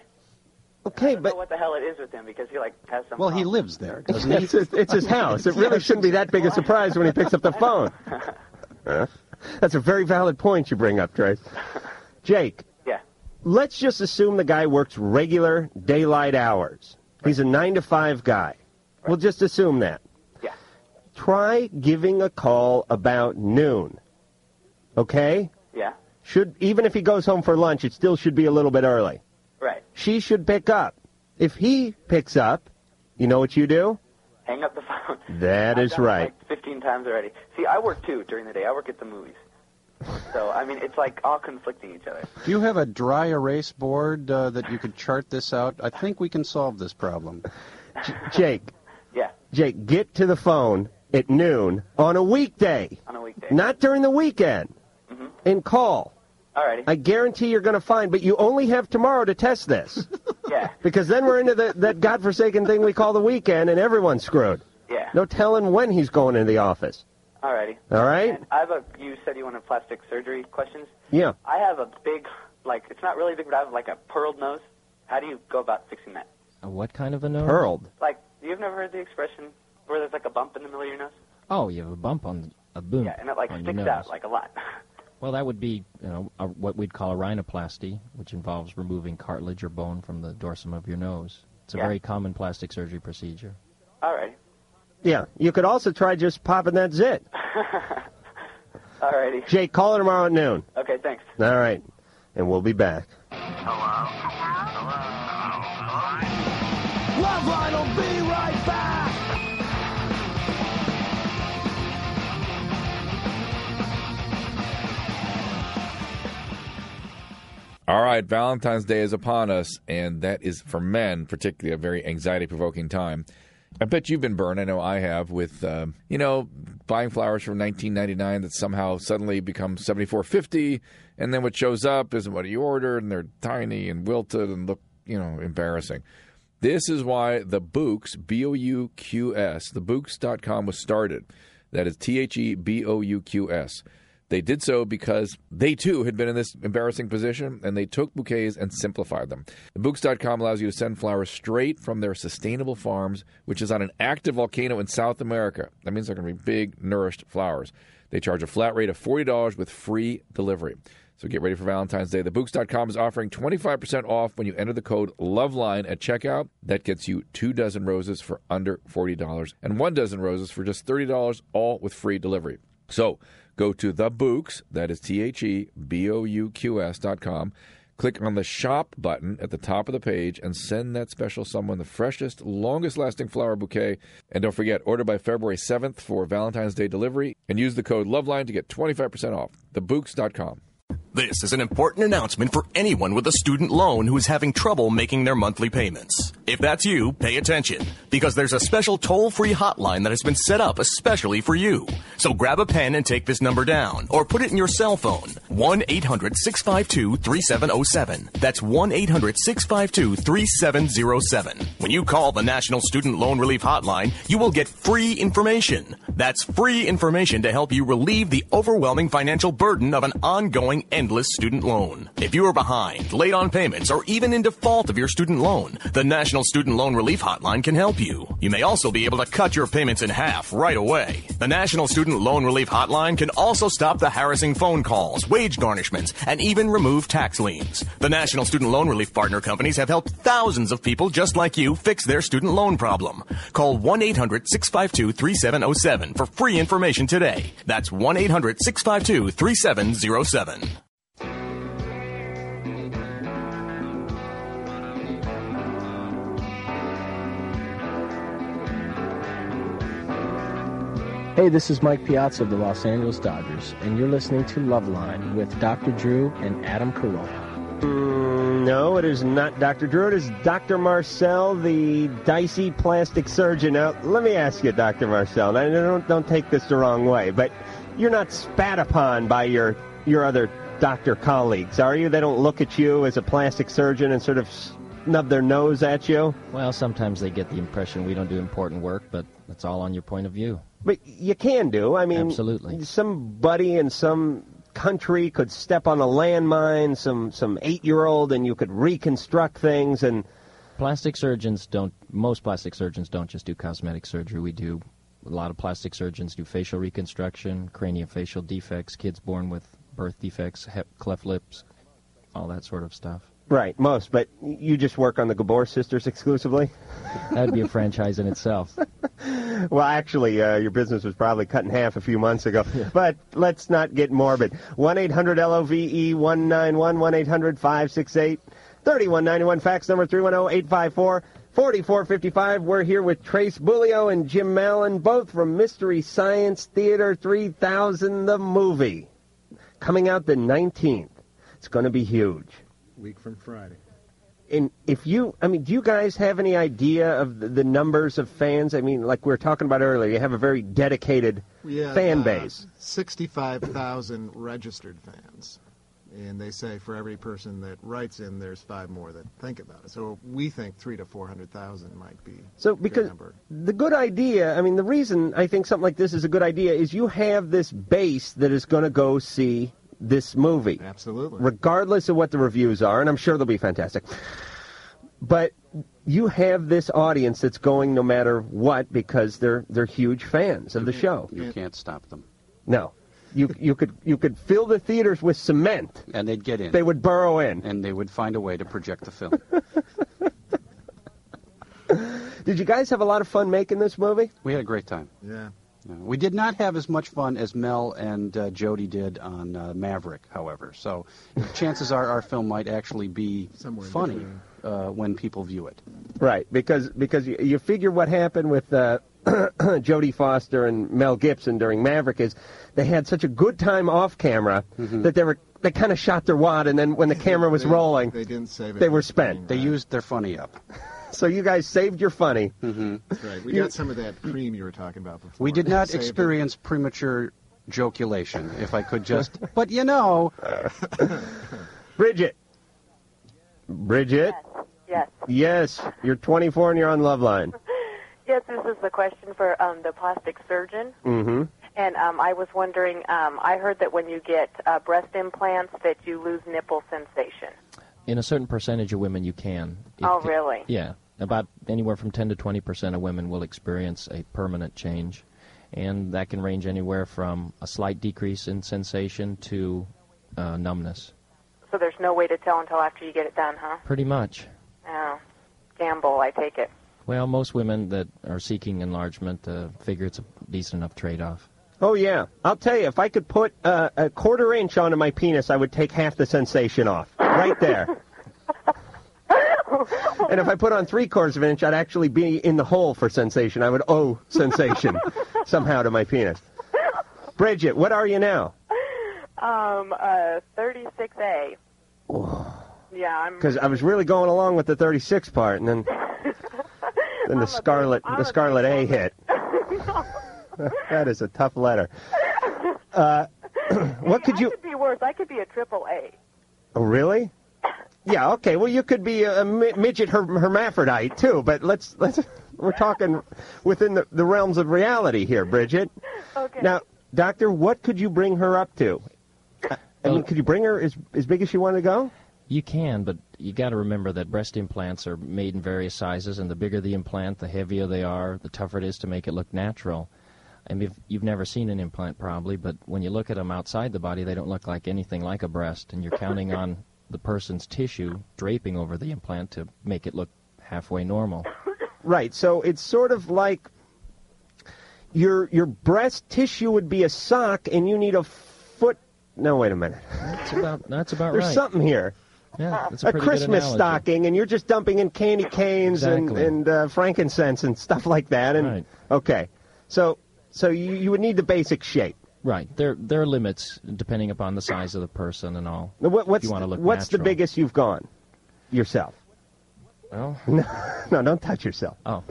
Okay, I don't know what the hell it is with him because he like has some. Well, he lives there, doesn't he? It's his, it's his house. It really shouldn't be that big a surprise when he picks up the phone. Huh? That's a very valid point you bring up, Trace. Jake, Yeah. let's just assume the guy works regular daylight hours. He's a nine to five guy. We'll just assume that. Yeah. Try giving a call about noon. Okay? Yeah. Should even if he goes home for lunch, it still should be a little bit early. Right. She should pick up. If he picks up, you know what you do? Hang up the [laughs] phone. That I've is done it, right. Like Fifteen times already. See, I work too during the day. I work at the movies. So I mean, it's like all conflicting each other. Do you have a dry erase board uh, that you could chart this out? I think we can solve this problem. Jake. Yeah. Jake, get to the phone at noon on a weekday. On a weekday. Mm-hmm. Not during the weekend. And call. Alrighty. I guarantee you're going to find, but you only have tomorrow to test this. [laughs] yeah. Because then we're into the, that godforsaken thing we call the weekend, and everyone's screwed. Yeah. No telling when he's going into the office. Alrighty. All right? And I have a. You said you wanted plastic surgery questions. Yeah. I have a big, like it's not really big, but I have like a pearled nose. How do you go about fixing that? What kind of a nose? Pearled. Like you've never heard the expression where there's like a bump in the middle of your nose, Oh, you have a bump on a boom. and it like on your sticks nose. out like a lot. [laughs] Well, that would be you know a, what we'd call a rhinoplasty, which involves removing cartilage or bone from the dorsum of your nose. It's a Yeah. very common plastic surgery procedure. Alrighty. Yeah. You could also try just popping [laughs] that zit. Alrighty. Jake, call her tomorrow at noon. Okay. Thanks. All right. And we'll be back. Loveline will be right back. All right, Valentine's Day is upon us, and that is for men, particularly a very anxiety provoking time. I bet you've been burned. I know I have with um, you know buying flowers from 19.99 that somehow suddenly become 74.50, and then what shows up isn't what you ordered, and they're tiny and wilted and look you know embarrassing. This is why the Books, B O U Q S, thebooks.com was started. That is T H E B O U Q S. They did so because they too had been in this embarrassing position and they took bouquets and simplified them. Books.com allows you to send flowers straight from their sustainable farms, which is on an active volcano in South America. That means they're going to be big, nourished flowers. They charge a flat rate of $40 with free delivery. So get ready for Valentine's Day. TheBooks.com is offering 25% off when you enter the code LOVELINE at checkout. That gets you two dozen roses for under $40 and one dozen roses for just $30, all with free delivery. So go to The Books, that is T H E B O U Q S dot com. Click on the shop button at the top of the page and send that special someone the freshest, longest lasting flower bouquet. And don't forget, order by February 7th for Valentine's Day delivery and use the code LOVELINE to get 25% off. TheBooks.com. This is an important announcement for anyone with a student loan who is having trouble making their monthly payments. If that's you, pay attention because there's a special toll free hotline that has been set up especially for you. So grab a pen and take this number down or put it in your cell phone 1 800 652 3707. That's 1 800 652 3707. When you call the National Student Loan Relief Hotline, you will get free information. That's free information to help you relieve the overwhelming financial burden of an ongoing endless student loan. If you are behind, late on payments, or even in default of your student loan, the National Student Loan Relief Hotline can help you. You may also be able to cut your payments in half right away. The National Student Loan Relief Hotline can also stop the harassing phone calls, wage garnishments, and even remove tax liens. The National Student Loan Relief Partner Companies have helped thousands of people just like you fix their student loan problem. Call 1 800 652 3707 for free information today. That's 1 800 652 3707. Hey, this is Mike Piazza of the Los Angeles Dodgers, and you're listening to Loveline with Dr. Drew and Adam Carolla. Mm, no, it is not Dr. Drew. It is Dr. Marcel, the dicey plastic surgeon. Now, let me ask you, Dr. Marcel, and I don't, don't take this the wrong way, but you're not spat upon by your, your other doctor colleagues, are you? They don't look at you as a plastic surgeon and sort of snub their nose at you? Well, sometimes they get the impression we don't do important work, but that's all on your point of view. But you can do. I mean, Absolutely. Somebody in some country could step on a landmine, some some eight year old, and you could reconstruct things. And Plastic surgeons don't, most plastic surgeons don't just do cosmetic surgery. We do, a lot of plastic surgeons do facial reconstruction, craniofacial defects, kids born with birth defects, hep, cleft lips, all that sort of stuff. right, most. But you just work on the Gabor sisters exclusively. That'd be a franchise in itself. [laughs] Well, actually, uh, your business was probably cut in half a few months ago. But let's not get morbid. 1 800 LOVE 191 1 800 568 3191. Fax number 310 854 4455. We're here with Trace Bulio and Jim Mallon, both from Mystery Science Theater 3000, the movie. Coming out the 19th. It's going to be huge. Week from Friday. And if you, I mean, do you guys have any idea of the, the numbers of fans? I mean, like we were talking about earlier, you have a very dedicated Yeah, fan uh, base. 65,000 registered fans. And they say for every person that writes in, there's five more that think about it. So we think three to 400,000 might be. So because the good idea, I mean, the reason I think something like this is a good idea is you have this base that is going to go see this movie. Absolutely. Regardless of what the reviews are, and I'm sure they'll be fantastic. But you have this audience that's going no matter what because they're they're huge fans of the show. You can't stop them. No. You you could you could fill the theaters with cement. And they'd get in. They would burrow in. And they would find a way to project the film. Did you guys have a lot of fun making this movie? We had a great time. [laughs] Yeah. Yeah. We did not have as much fun as Mel and uh, Jody did on uh, Maverick, however. So chances are our film might actually be funny uh, when people view it. Right, because because you, you figure what happened with uh, [clears throat] Jodie Foster and Mel Gibson during Maverick is they had such a good time off camera that they were they kind of shot their wad, and then when the camera was Mm-hmm. They- rolling, They didn't save it. they were spent. They used their funny up. [laughs] So you guys saved your funny. Mm-hmm. That's right. We You- got some of that cream you were talking about before. We did not Saved it. experience premature joculation, if I could just. but you know. Bridget. Bridget. Yes. Yes, you're 24 and you're on Love Line. Yes, this is the question for um, the plastic surgeon. Mm-hmm. And um, I was wondering, um, I heard that when you get uh, breast implants that you lose nipple sensation. In a certain percentage of women, you can. Oh, really? Yeah, about anywhere from 10 to 20 percent of women will experience a permanent change, and that can range anywhere from a slight decrease in sensation to uh, numbness. So there's no way to tell until after you get it done, huh? Pretty much. Oh, gamble, I take it. Well, most women that are seeking enlargement uh, figure it's a decent enough trade-off. Oh yeah, I'll tell you. If I could put uh, a quarter inch onto my penis, I would take half the sensation off right there. and if I put on three quarters of an inch, I'd actually be in the hole for sensation. I would owe sensation somehow to my penis. Bridget, what are you now? Um, uh, 36A. Yeah, I'm. Because I was really going along with the 36 part, and then Then the Scarlet, the Scarlet A hit. [laughs] [laughs] that is a tough letter. Uh, [clears throat] what could you? Could be worse. I could be a triple A. Oh, really? Yeah. Okay. Well, you could be a, mi- midget her- hermaphrodite too. But let's let's we're talking within the, the realms of reality here, Bridget. Okay. Now, Doctor, what could you bring her up to? I- I mean, could you bring her as as big as she wanted to go? You can, but you got to remember that breast implants are made in various sizes, and the bigger the implant, the heavier they are, the tougher it is to make it look natural. I mean, if- you've never seen an implant probably, but when you look at them outside the body, they don't look like anything like a breast, and you're counting on the person's tissue draping over the implant to make it look halfway normal. Right. So it's sort of like your your breast tissue would be a sock, and you need a foot. No, wait a minute. That's about, that's about There's right. something here. Yeah, that's a, a pretty good Christmas analogy. stocking, and you're just dumping in candy canes Exactly. and and uh, frankincense and stuff like that. And okay, so so you you would need the basic shape. Right. There, there are limits depending upon the size of the person and all. Now, What, what's if you want to look what's the natural. biggest you've gone yourself? Well, [laughs] no, no, don't touch yourself. Oh.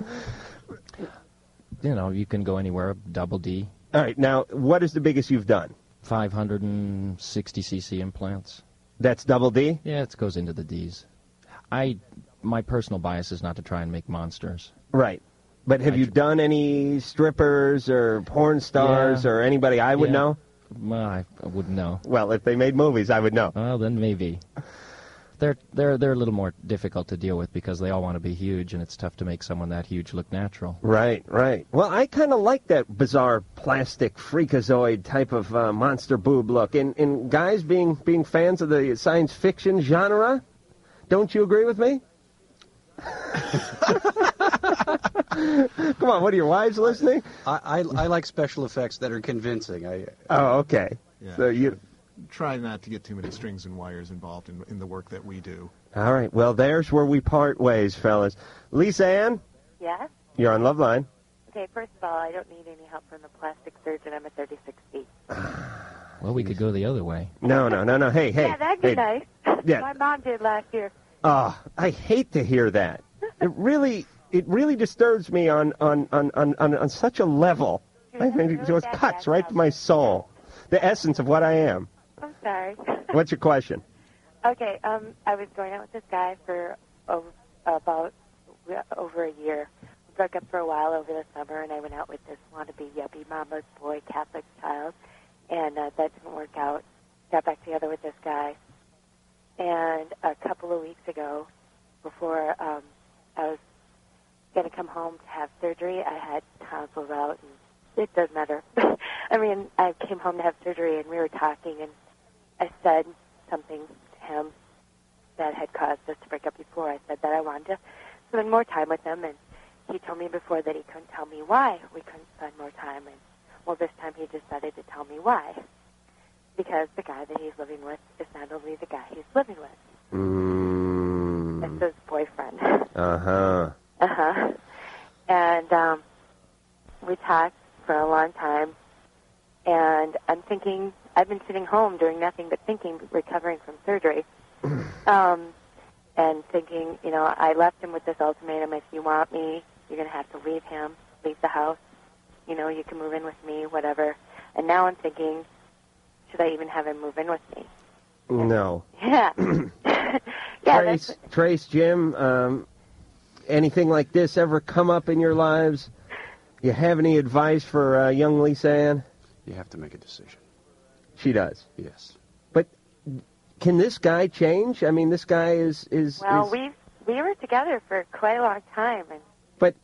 You know, Oh, you can go anywhere, double D. All right, now, what is the biggest you've done? 560 cc implants. That's double D? Yeah, it goes into the Ds. I, my personal bias is not to try and make monsters. Right. But have you done any strippers or porn stars Yeah. or anybody I would Yeah. know? Well, I wouldn't know. Well, if they made movies, I would know. Well, then maybe. They're, they're, they're a little more difficult to deal with because they all want to be huge, and it's tough to make someone that huge look natural. Right, right. Well, I kind of like that bizarre plastic freakazoid type of uh, monster boob look. And, and guys being being fans of the science fiction genre, don't you agree with me? [laughs] Come on, what are your wives listening? I, I, I like special effects that are convincing. I Oh, okay. Yeah. So you Try not to get too many strings and wires involved in, in the work that we do. All right. Well, there's where we part ways, fellas. Lisa Ann, Yes? you're on Love Line. Okay, first of all, I don't need any help from the plastic surgeon. I'm a 36B. Well, we could go the other way. No, no, no, no. Hey, hey. yeah, uh, that'd be hey. nice. yeah. My mom did last year. Oh, I hate to hear that. It really, it really disturbs me on on on on, on, on such a level. I mean, it just cuts right to my soul, the essence of what I am. I'm sorry. What's your question? Okay, um, I was going out with this guy for over, about over a year. We broke up for a while over the summer, and I went out with this wannabe yuppie mama's boy Catholic child, and uh, that didn't work out. Got back together with this guy, and a couple of weeks ago, before um, I was going to come home to have surgery, I had tonsils out, and it does matter. [laughs] I mean, I came home to have surgery, and we were talking, and I said something to him that had caused us to break up before. I said that I wanted to spend more time with him, and he told me before that he couldn't tell me why we couldn't spend more time. And well, this time he decided to tell me why, because the guy that he's living with is not only the guy he's living with, it's Mm, his boyfriend. [laughs] uh huh. Uh huh. And um, we talked for a long time. And I'm thinking, I've been sitting home doing nothing but thinking, recovering from surgery. um, and thinking, you know, I left him with this ultimatum if you want me, you're going to have to leave him, leave the house. You know, you can move in with me, whatever. And now I'm thinking, should I even have him move in with me? [laughs] No. Yeah. [coughs] yeah, Trace, Trace, Jim, um, anything like this ever come up in your lives? You have any advice for uh, young Lisa Ann? You have to make a decision. She does. Yes. But can this guy change? I mean, this guy is is. Well, is- we we were together for quite a long time, and But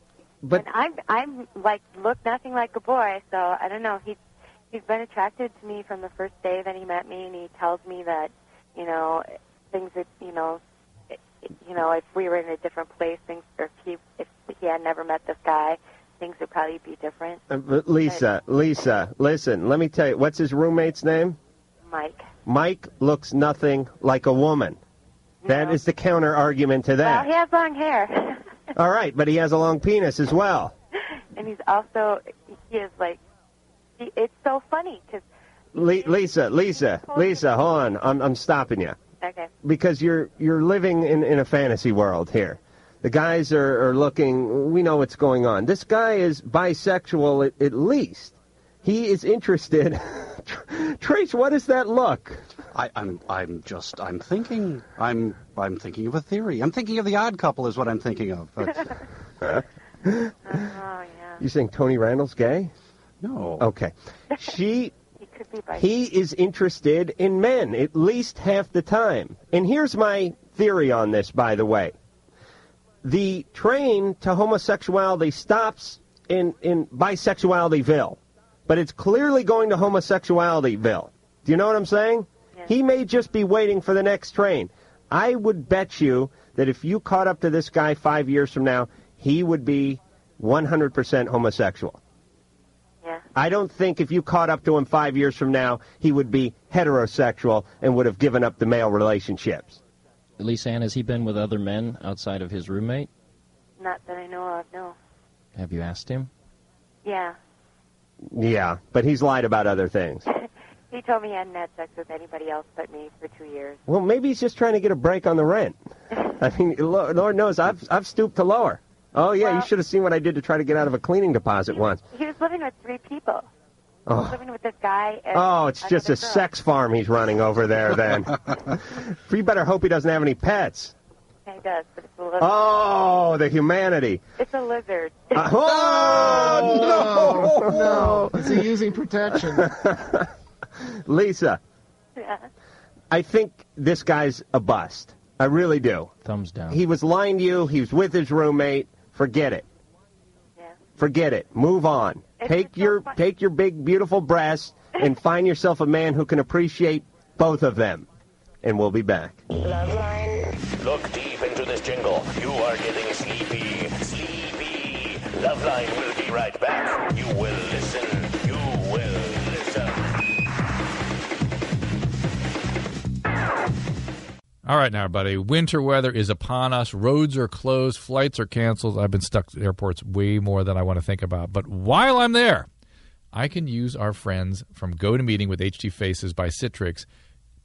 but and I'm I'm like look nothing like a boy, so I don't know. He he's been attracted to me from the first day that he met me, and he tells me that you know things that you know i- you know if we were in a different place, things or if he if he had never met this guy, things would probably be different. uh, but Lisa, Lisa, listen. Let me tell you. What's his roommate's name? Mike, Mike looks nothing like a woman. That is the counter argument to well, that. he has long hair, [laughs] All right, but he has a long penis as well. and he's also he is like he, it's so funny because Le- Lisa, Lisa, Lisa, hold on. I'm I'm stopping you okay. because you're you're living in in a fantasy world here. The guys are, are looking. We know what's going on. This guy is bisexual at, at least. He is interested. [laughs] Trace, what is that look? I, I'm I'm just I'm thinking I'm I'm thinking of a theory. I'm thinking of the Odd Couple is what I'm thinking of. [laughs] But You saying Tony Randall's gay? No. Okay. She. [laughs] He could be by. He is interested in men at least half the time. And here's my theory on this, by the way. The train to homosexuality stops in, in Bisexualityville, but it's clearly going to Homosexualityville. Do you know what I'm saying? He may just be waiting for the next train. I would bet you that if you caught up to this guy five years from now, he would be 100% homosexual. I don't think if you caught up to him five years from now, he would be heterosexual and would have given up the male relationships. Lisa Ann, has he been with other men outside of his roommate? Not that I know of. No. Have you asked him? Yeah. Yeah, but he's lied about other things. He told me he hadn't had sex with anybody else but me for two years. Well, maybe he's just trying to get a break on the rent. I mean, lo- Lord knows I've I've stooped to lower. Oh yeah, you should have seen what I did to try to get out of a cleaning deposit once. He was living with three people. He was Oh. living with this guy. And Oh, it's just a another girl. sex farm he's running over there. Then you better hope he doesn't have any pets. He does, but it's a lizard. Oh, the humanity. It's a lizard. Uh, oh, no! Is he using protection? [laughs] Lisa, Yeah. I think this guy's a bust. I really do. Thumbs down. He was lying to you. He was with his roommate. Forget it. Forget it. Move on. take your take your big beautiful breasts [laughs] and find yourself a man who can appreciate both of them. And we'll be back. Look deep into this jingle. You are getting sleepy. Sleepy. Loveline will be right back. You will listen. You will listen. All right, now, everybody. Winter weather is upon us. Roads are closed. Flights are canceled. I've been stuck at airports way more than I want to think about. But while I'm there, I can use our friends from GoToMeeting with HT Faces by Citrix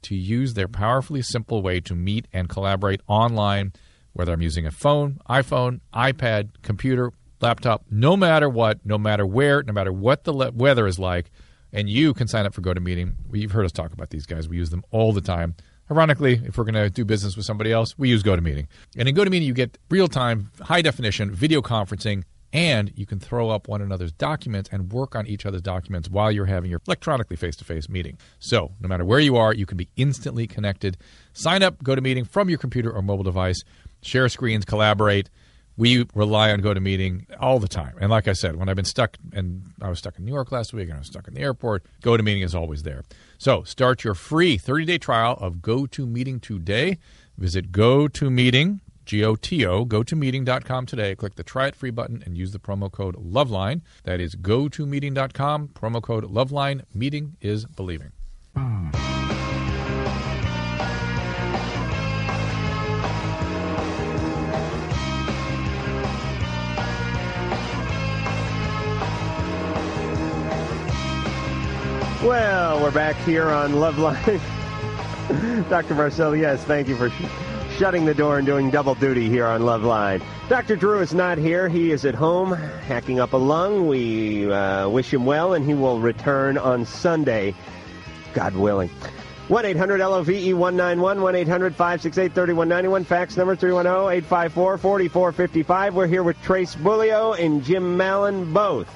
to use their powerfully simple way to meet and collaborate online, whether I'm using a phone, iPhone, iPad, computer, laptop, no matter what, no matter where, no matter what the le- weather is like. And you can sign up for GoToMeeting. We- You've heard us talk about these guys. We use them all the time. Ironically, if we're going to do business with somebody else, we use GoToMeeting. And in GoToMeeting, you get real time, high definition video conferencing, and you can throw up one another's documents and work on each other's documents while you're having your electronically face to face meeting. So, no matter where you are, you can be instantly connected. Sign up, GoToMeeting from your computer or mobile device, share screens, collaborate. We rely on GoToMeeting all the time. And like I said, when I've been stuck, and I was stuck in New York last week, and I was stuck in the airport, GoToMeeting is always there. So start your free 30 day trial of GoToMeeting today. Visit GoToMeeting, G O T O, GoToMeeting.com today. Click the try it free button and use the promo code Loveline. That is GoToMeeting.com, promo code Loveline. Meeting is believing. Well, we're back here on [laughs] Loveline. Dr. Marcel, yes, thank you for sh- shutting the door and doing double duty here on Loveline. Dr. Drew is not here. He is at home hacking up a lung. We uh, wish him well, and he will return on Sunday, God willing. 1 800 LOVE 191 1 800 568 3191. Fax number 310 854 4455. We're here with Trace Bullio and Jim Mallon both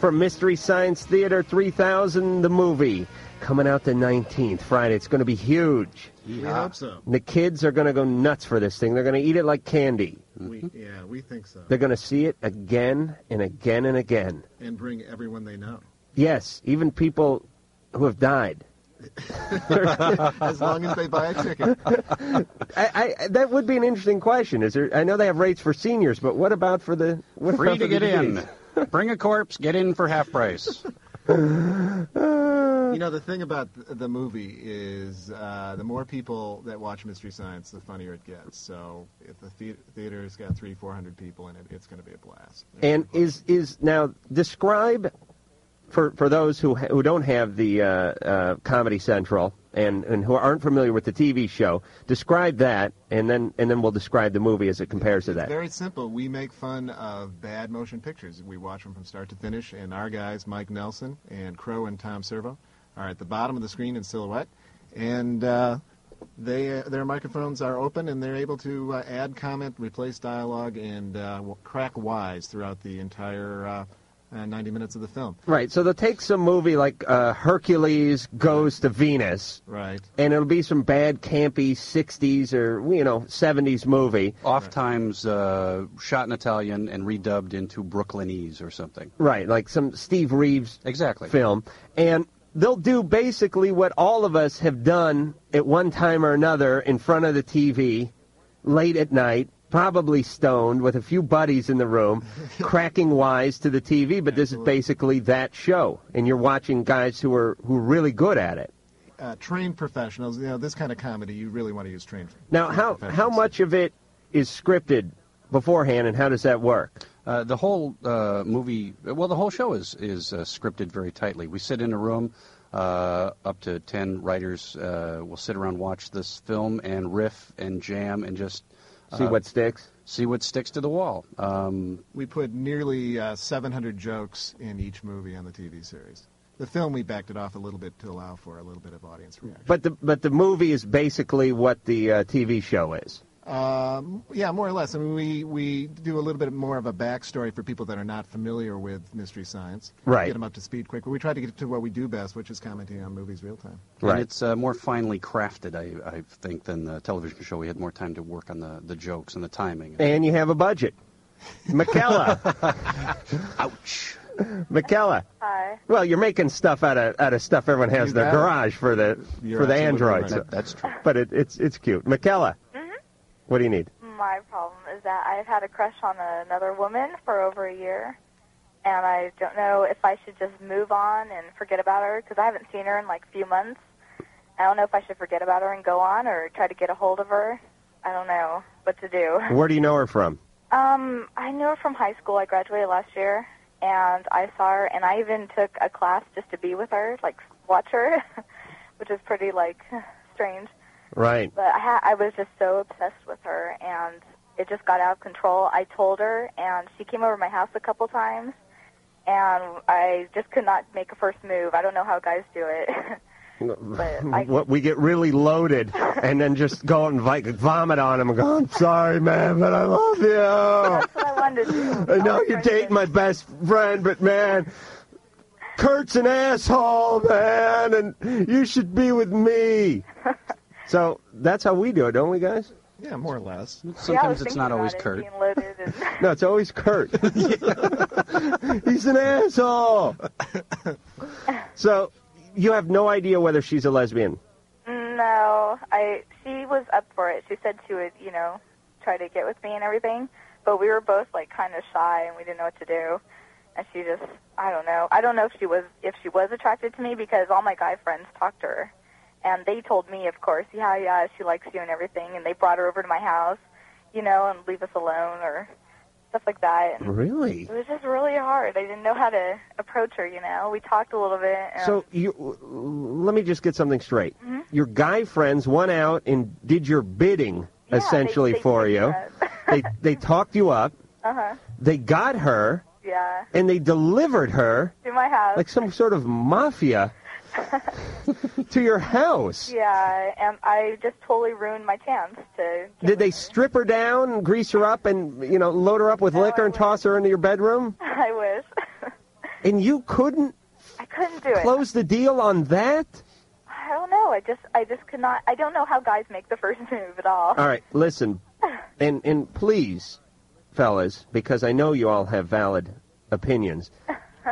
from Mystery Science Theater 3000, the movie. Coming out the 19th, Friday. It's going to be huge. We hope so. The kids are going to go nuts for this thing. They're going to eat it like candy. We, Mm-hmm. yeah, we think so. They're going to see it again and again and again. And bring everyone [laughs] they know. Yes, even people who have died. as long as they [laughs] buy a ticket. [laughs] I, I, that would be an interesting question. Is there? I know they have rates for seniors, but what about for the what Free about to for the get in. DVDs? Bring a corpse, get in for half price. You know, the thing about th- the movie is uh, the more people that watch Mystery Science, the funnier it gets. So if the, the- theater's got three, four hundred people in it, it's going to be a blast. And is is now describe for for those who ha- who don't have the uh, uh, Comedy Central and, and who aren't familiar with the TV show, describe that, and then and then we'll describe the movie as it compares to that. Very simple. We make fun of bad motion pictures. We watch them from start to finish, and our guys, Mike Nelson and Crow and Tom Servo, are at the bottom of the screen in silhouette, and uh, they uh, their microphones are open, and they're able to uh, add comment, replace dialogue, and uh, w- crack wise throughout the entire uh, uh, 90 minutes of the film. Right. So they'll take some movie like uh, Hercules goes to Venus, Right. and it'll be some bad campy '60s or you know '70s movie. Oft times uh, shot in Italian and redubbed into Brooklynese or something. Right, like some Steve Reeves exactly film, and they'll do basically what all of us have done at one time or another in front of the TV, late at night, probably stoned with a few buddies in the room, cracking wise to the TV. But this is basically that show, and you're watching guys who are who are really good at it. Uh, trained professionals, you know, this kind of comedy, you really want to use trained. Now, how how much of it is scripted beforehand, and how does that work? Uh, the whole uh, movie, well, the whole show is is uh, scripted very tightly. We sit in a room. Uh, up to ten writers uh, will sit around, watch this film, and riff and jam, and just See uh, what sticks. See what sticks to the wall. Um, We put nearly uh, 700 jokes in each movie on the TV series. The film, we backed it off a little bit to allow for a little bit of audience reaction. But the but the movie is basically what the uh, TV show is. Um, yeah, more or less. I mean, we, we do a little bit more of a backstory for people that are not familiar with mystery science. Right. Get them up to speed quicker. We try to get to what we do best, which is commenting on movies real time. And it's uh, more finely crafted, I, I think, than the television show. We had more time to work on the, the jokes and the timing. And you have a budget. McKella. [laughs] Ouch. McKella. Hi. Well, you're making stuff out of out of stuff everyone has in their You got it. garage for the You're for the absolutely androids. right. That- that's true. But it, it's it's cute. McKella. What do you need? Mm-hmm. My problem is that I've had a crush on another woman for over a year, and I don't know if I should just move on and forget about her because I haven't seen her in like a few months. I don't know if I should forget about her and go on or try to get a hold of her. I don't know what to do. Where do you know her from? Um, I knew her from high school. I graduated last year, and I saw her, and I even took a class just to be with her, like watch her, [laughs] which is pretty like [laughs] strange. Right. But I, ha- I was just so obsessed with her, and it just got out of control. I told her, and she came over to my house a couple times, and I just could not make a first move. I don't know how guys do it. [laughs] I- What we get really loaded and then just go out and vi- vomit on him and go, I'm sorry, man, but I love you. That's what I wanted to do. I know you're dating my best friend, but man, Kurt's an asshole, man, and you should be with [laughs] me. So that's how we do it, don't we, guys? Yeah, more or less. Sometimes Yeah, I was it's not thinking always about it, Kurt. being [laughs] No, it's always Kurt. [laughs] He's an asshole. So you have no idea whether she's a lesbian. No, I. She was up for it. She said she would, you know, try to get with me and everything. But we were both like kind of shy and we didn't know what to do. And she just, I don't know. I don't know if she was if she was attracted to me because all my guy friends talked to her, and they told me, of course, yeah, yeah, she likes you and everything. And they brought her over to my house, you know, and leave us alone or stuff like that. And Really? It was just really hard. I didn't know how to approach her. You know, we talked a little bit. And So you, let me just get something straight. Mhm. Your guy friends went out and did your bidding essentially they for did you. that. [laughs] they they talked you up. Uh huh. They got her Yeah. and they delivered her To my house. like some sort of [laughs] mafia [laughs] to your house. Yeah, and I just totally ruined my chance to. [laughs] Did they strip her down, grease her up, and you know load her up with liquor and toss her into your bedroom? I wish And you couldn't I couldn't do it. close the deal on that? I don't know. I just, I just could not. I don't know how guys make the first [laughs] move at all. All right, [sighs] listen, and and please, fellas, because I know you all have valid [laughs] opinions.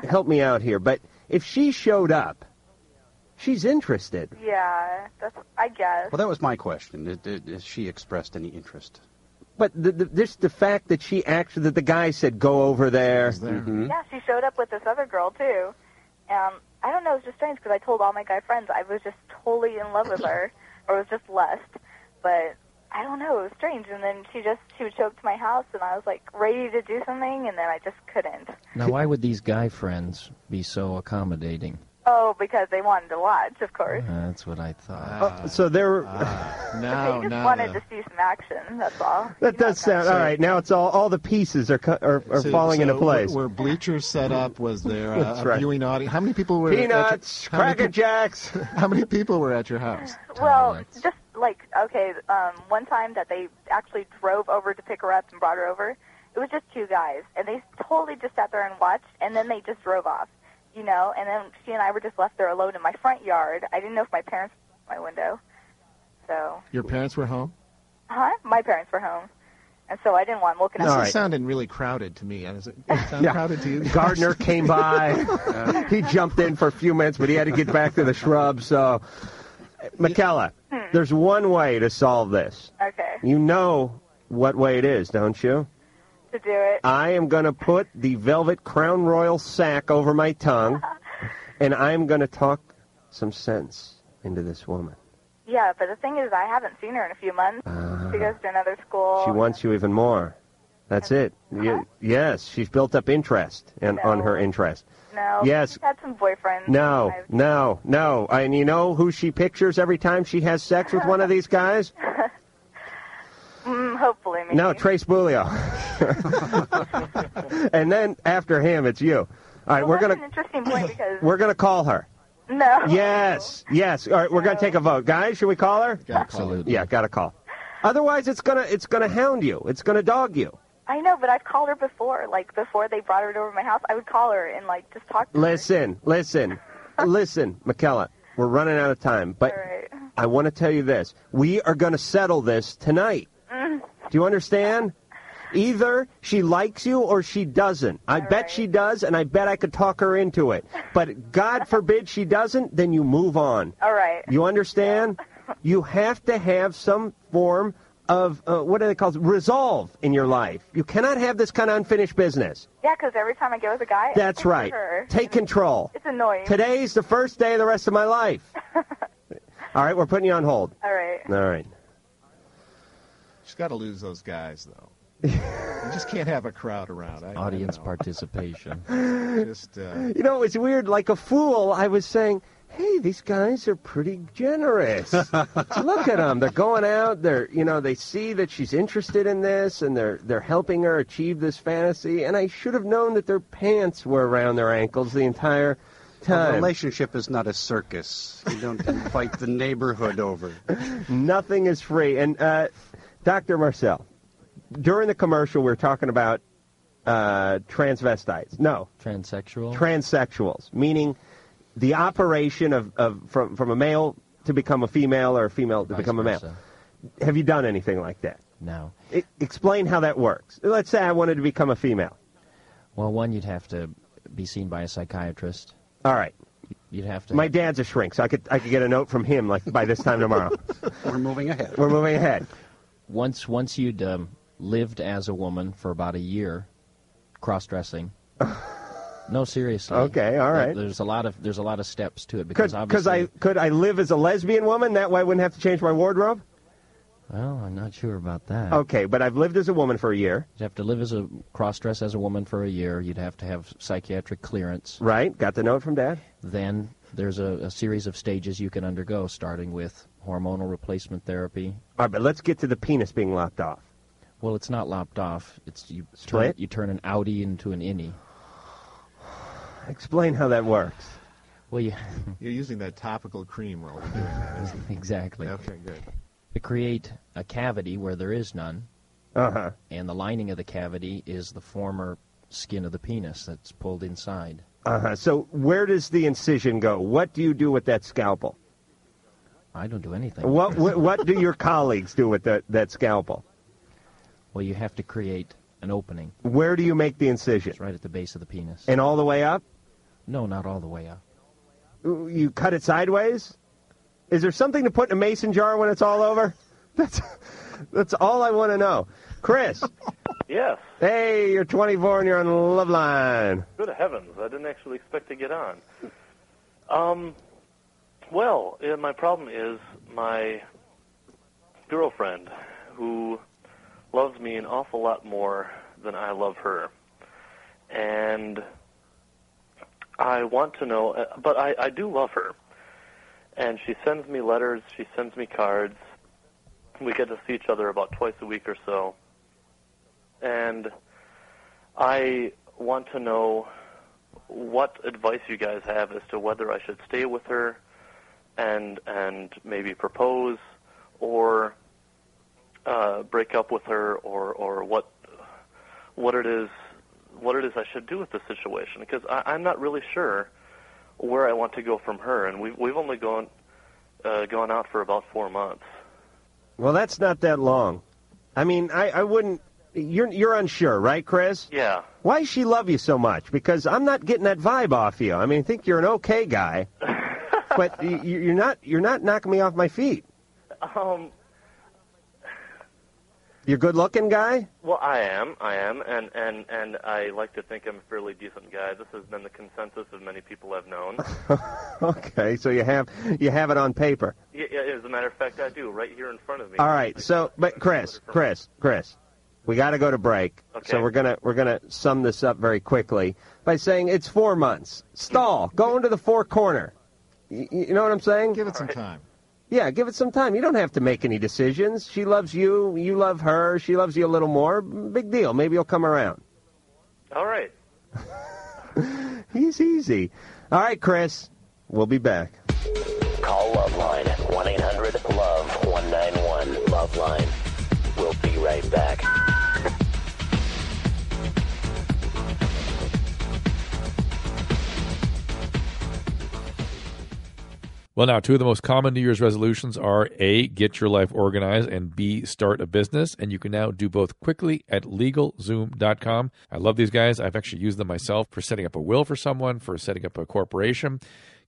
help me out here, but if she showed up, she's interested. Yeah, that's. I guess. Well, that was my question. Did, did, is she expressed any interest? But the, the, just the fact that she actually that the guy said go over there. Mhm. Yeah, she showed up with this other girl too, and I don't know. It's just strange because I told all my guy friends I was just totally in love with her, or it was just lust. But I don't know. It was strange. And then she just, she would show up to my house, and I was like ready to do something, and then I just couldn't. Now, why would these guy friends be so accommodating? Uh, Oh, because they wanted to watch, of course. That's what I thought. Ah, Oh, so there. [laughs] they just wanted to see some action. That's all. That does sound all right. Now it's all all the pieces are co- are, are So- falling into so place. Where, where bleachers set up was there uh, That's a right. viewing audience? How many people were? Peanuts, at your, how many Cracker peop- [laughs] How many people were at your house? Well, just like okay, um, one time that they actually drove over to pick her up and brought her over, it was just two guys, and they totally just sat there and watched, and then they just drove off, you know. And then she and I were just left there alone in my front yard. I didn't know if my parents my window, so Your parents were home. huh? My parents were home, and so I didn't want them looking This at is me. sounding really crowded to me. I was, it sound Yeah. crowded [laughs] to you? guys? Gardner came [laughs] by. he jumped in for a few minutes, but he had to get back to the shrub. So, Michaela, there's one way to solve this. Hmm. Okay. You know what way it is, don't you? To do it. I am going to put the velvet crown royal sack over my [laughs] tongue, and I'm going to talk some sense into this woman. Yeah, but the thing is, I haven't seen her in a few months. Ah. she goes to another school. She wants you even more. That's it. You, yes, she's built up interest and on her interest. No. Yes. She's had some boyfriends. No, I've- no, no. And you know who she pictures every time she has sex with one of these guys? [laughs] Mm, hopefully, maybe. No, Trace Bulio. [laughs] and then after him, it's you. All right, we're That's gonna an [laughs] interesting point because we're gonna call her. no. Yes, yes. All right, we're gonna take a vote, guys. Should we call her? Absolutely. Yeah, gotta call. Otherwise, it's gonna it's gonna hound you. It's gonna dog you. I know, but I've called her before. Like before they brought her over to my house, I would call her and like just talk. to Listen, listen, listen, Michaela. We're running out of time, but I want to tell you this: we are going to settle this tonight. Mm. Do you understand? Either she likes you or she doesn't. I bet she does, and I bet I could talk her into it. But [laughs] God forbid she doesn't, then you move on. All right. You understand? You have to have some form of uh, what do they call it? Resolve in your life. You cannot have this kind of unfinished business. Yeah, because every time I get with a guy, I That's think of right. Her. Take control. It's annoying. Today's the first day of the rest of my life. [laughs] All right, we're putting you on hold. All right. All right. She's got to lose those guys [laughs] though. you just can't have a crowd around. I, Audience participation. Just uh, You know, it's weird. Like a fool, I was saying, "Hey, these guys are pretty generous. [laughs] Look at them. They're going out. They're, you know, they see that she's interested in this, and they're they're helping her achieve this fantasy. And I should have known that their pants were around their ankles the entire A time. relationship is not a circus. You [laughs] don't invite the neighborhood over. Nothing is free. And uh, Dr. Marcel, during the commercial, we were talking about uh, transvestites. No, Transsexual. transsexuals, meaning the operation of, of from from a male to become a female or a female to become a versa. male. Have you done anything like that? no. E- explain how that works. Let's say I wanted to become a female. Well, one, you'd have to be seen by a psychiatrist. All right. You'd have to. My dad's a shrink, so I could I could get a note from him like by this time tomorrow. We're moving ahead. We're moving ahead. Once, once you'd um, lived as a woman for about a year, [laughs] cross-dressing. No, seriously. Okay, all There- right. There's a lot of there's a lot of steps to it [laughs] because Could, obviously. cause I could I live as a lesbian woman that way I wouldn't have to change my wardrobe. Well, I'm not sure about that. Okay, but I've lived as a woman for a year. You'd have to live as a cross-dress as a woman for a year. You'd have to have psychiatric clearance. Right. Got the note from dad. Then there's a, a series of stages you can undergo, starting with hormonal replacement therapy. All right, but let's get to the penis being lopped off. Well, it's not lopped off. It's you turn Split? you turn an outie into an innie. Explain how that works. Well, you [laughs] you're using that topical cream while we're doing that. Isn't it? exactly. Okay, good. To create a cavity where there is none. Uh-huh. And the lining of the cavity is the former skin of the penis that's pulled inside. Uh huh. So where does the incision go? What do you do with that scalpel? I don't do anything. What what, what do your colleagues do with that that scalpel? Well, you have to create an opening. Where do you make the incision? It's right at the base of the penis. And all the way up? No, not all the way up. You cut it sideways? Is there something to put in a mason jar when it's all over? [laughs] That's that's all I want to know. [laughs] Chris. Yes. Hey, you're 24 and you're on the love line. Good heavens, I didn't actually expect to get on. Um, well, uh, my problem is my girlfriend, who loves me an awful lot more than I love her, and I want to know, uh, but I, I do love her. And she sends me letters, she sends me cards. We get to see each other about twice a week or so. And I want to know what advice you guys have as to whether I should stay with her and and maybe propose or uh, break up with her or or what what it is what it is I should do with the situation because I, I'm not really sure where I want to go from her and we've we've only gone uh, gone out for about four months. Well, that's not that long. I mean, I, I wouldn't. You're you're unsure, right, Chris? Yeah. Why does she love you so much? Because I'm not getting that vibe off you. I mean, I think you're an okay guy, but y- y- you're not you're not knocking me off my feet. Um, You're a good-looking guy. [laughs] Well, I am, I am, and and and I like to think I'm a fairly decent guy. This has been the consensus of many people I've known. okay, so you have you have it on paper. yeah, yeah, as a matter of fact, I do right here in front of me. All right. So, but Chris, Chris, Chris, we got to go to break. So we're gonna we're gonna sum this up very quickly by saying it's four months. Stall. Go into the four corner. You, you know what I'm saying? Give it some time. Yeah, give it some time. You don't have to make any decisions. She loves you. You love her. She loves you a little more. Big deal. Maybe you'll come around. All right. [laughs] He's easy. All right, Chris. We'll be back. Call Loveline at 1 800 Love 191. Loveline. We'll be right back. Well, now, two of the most common New Year's resolutions are A, get your life organized, and B, start a business. And you can now do both quickly at legalzoom.com. I love these guys. I've actually used them myself for setting up a will for someone, for setting up a corporation.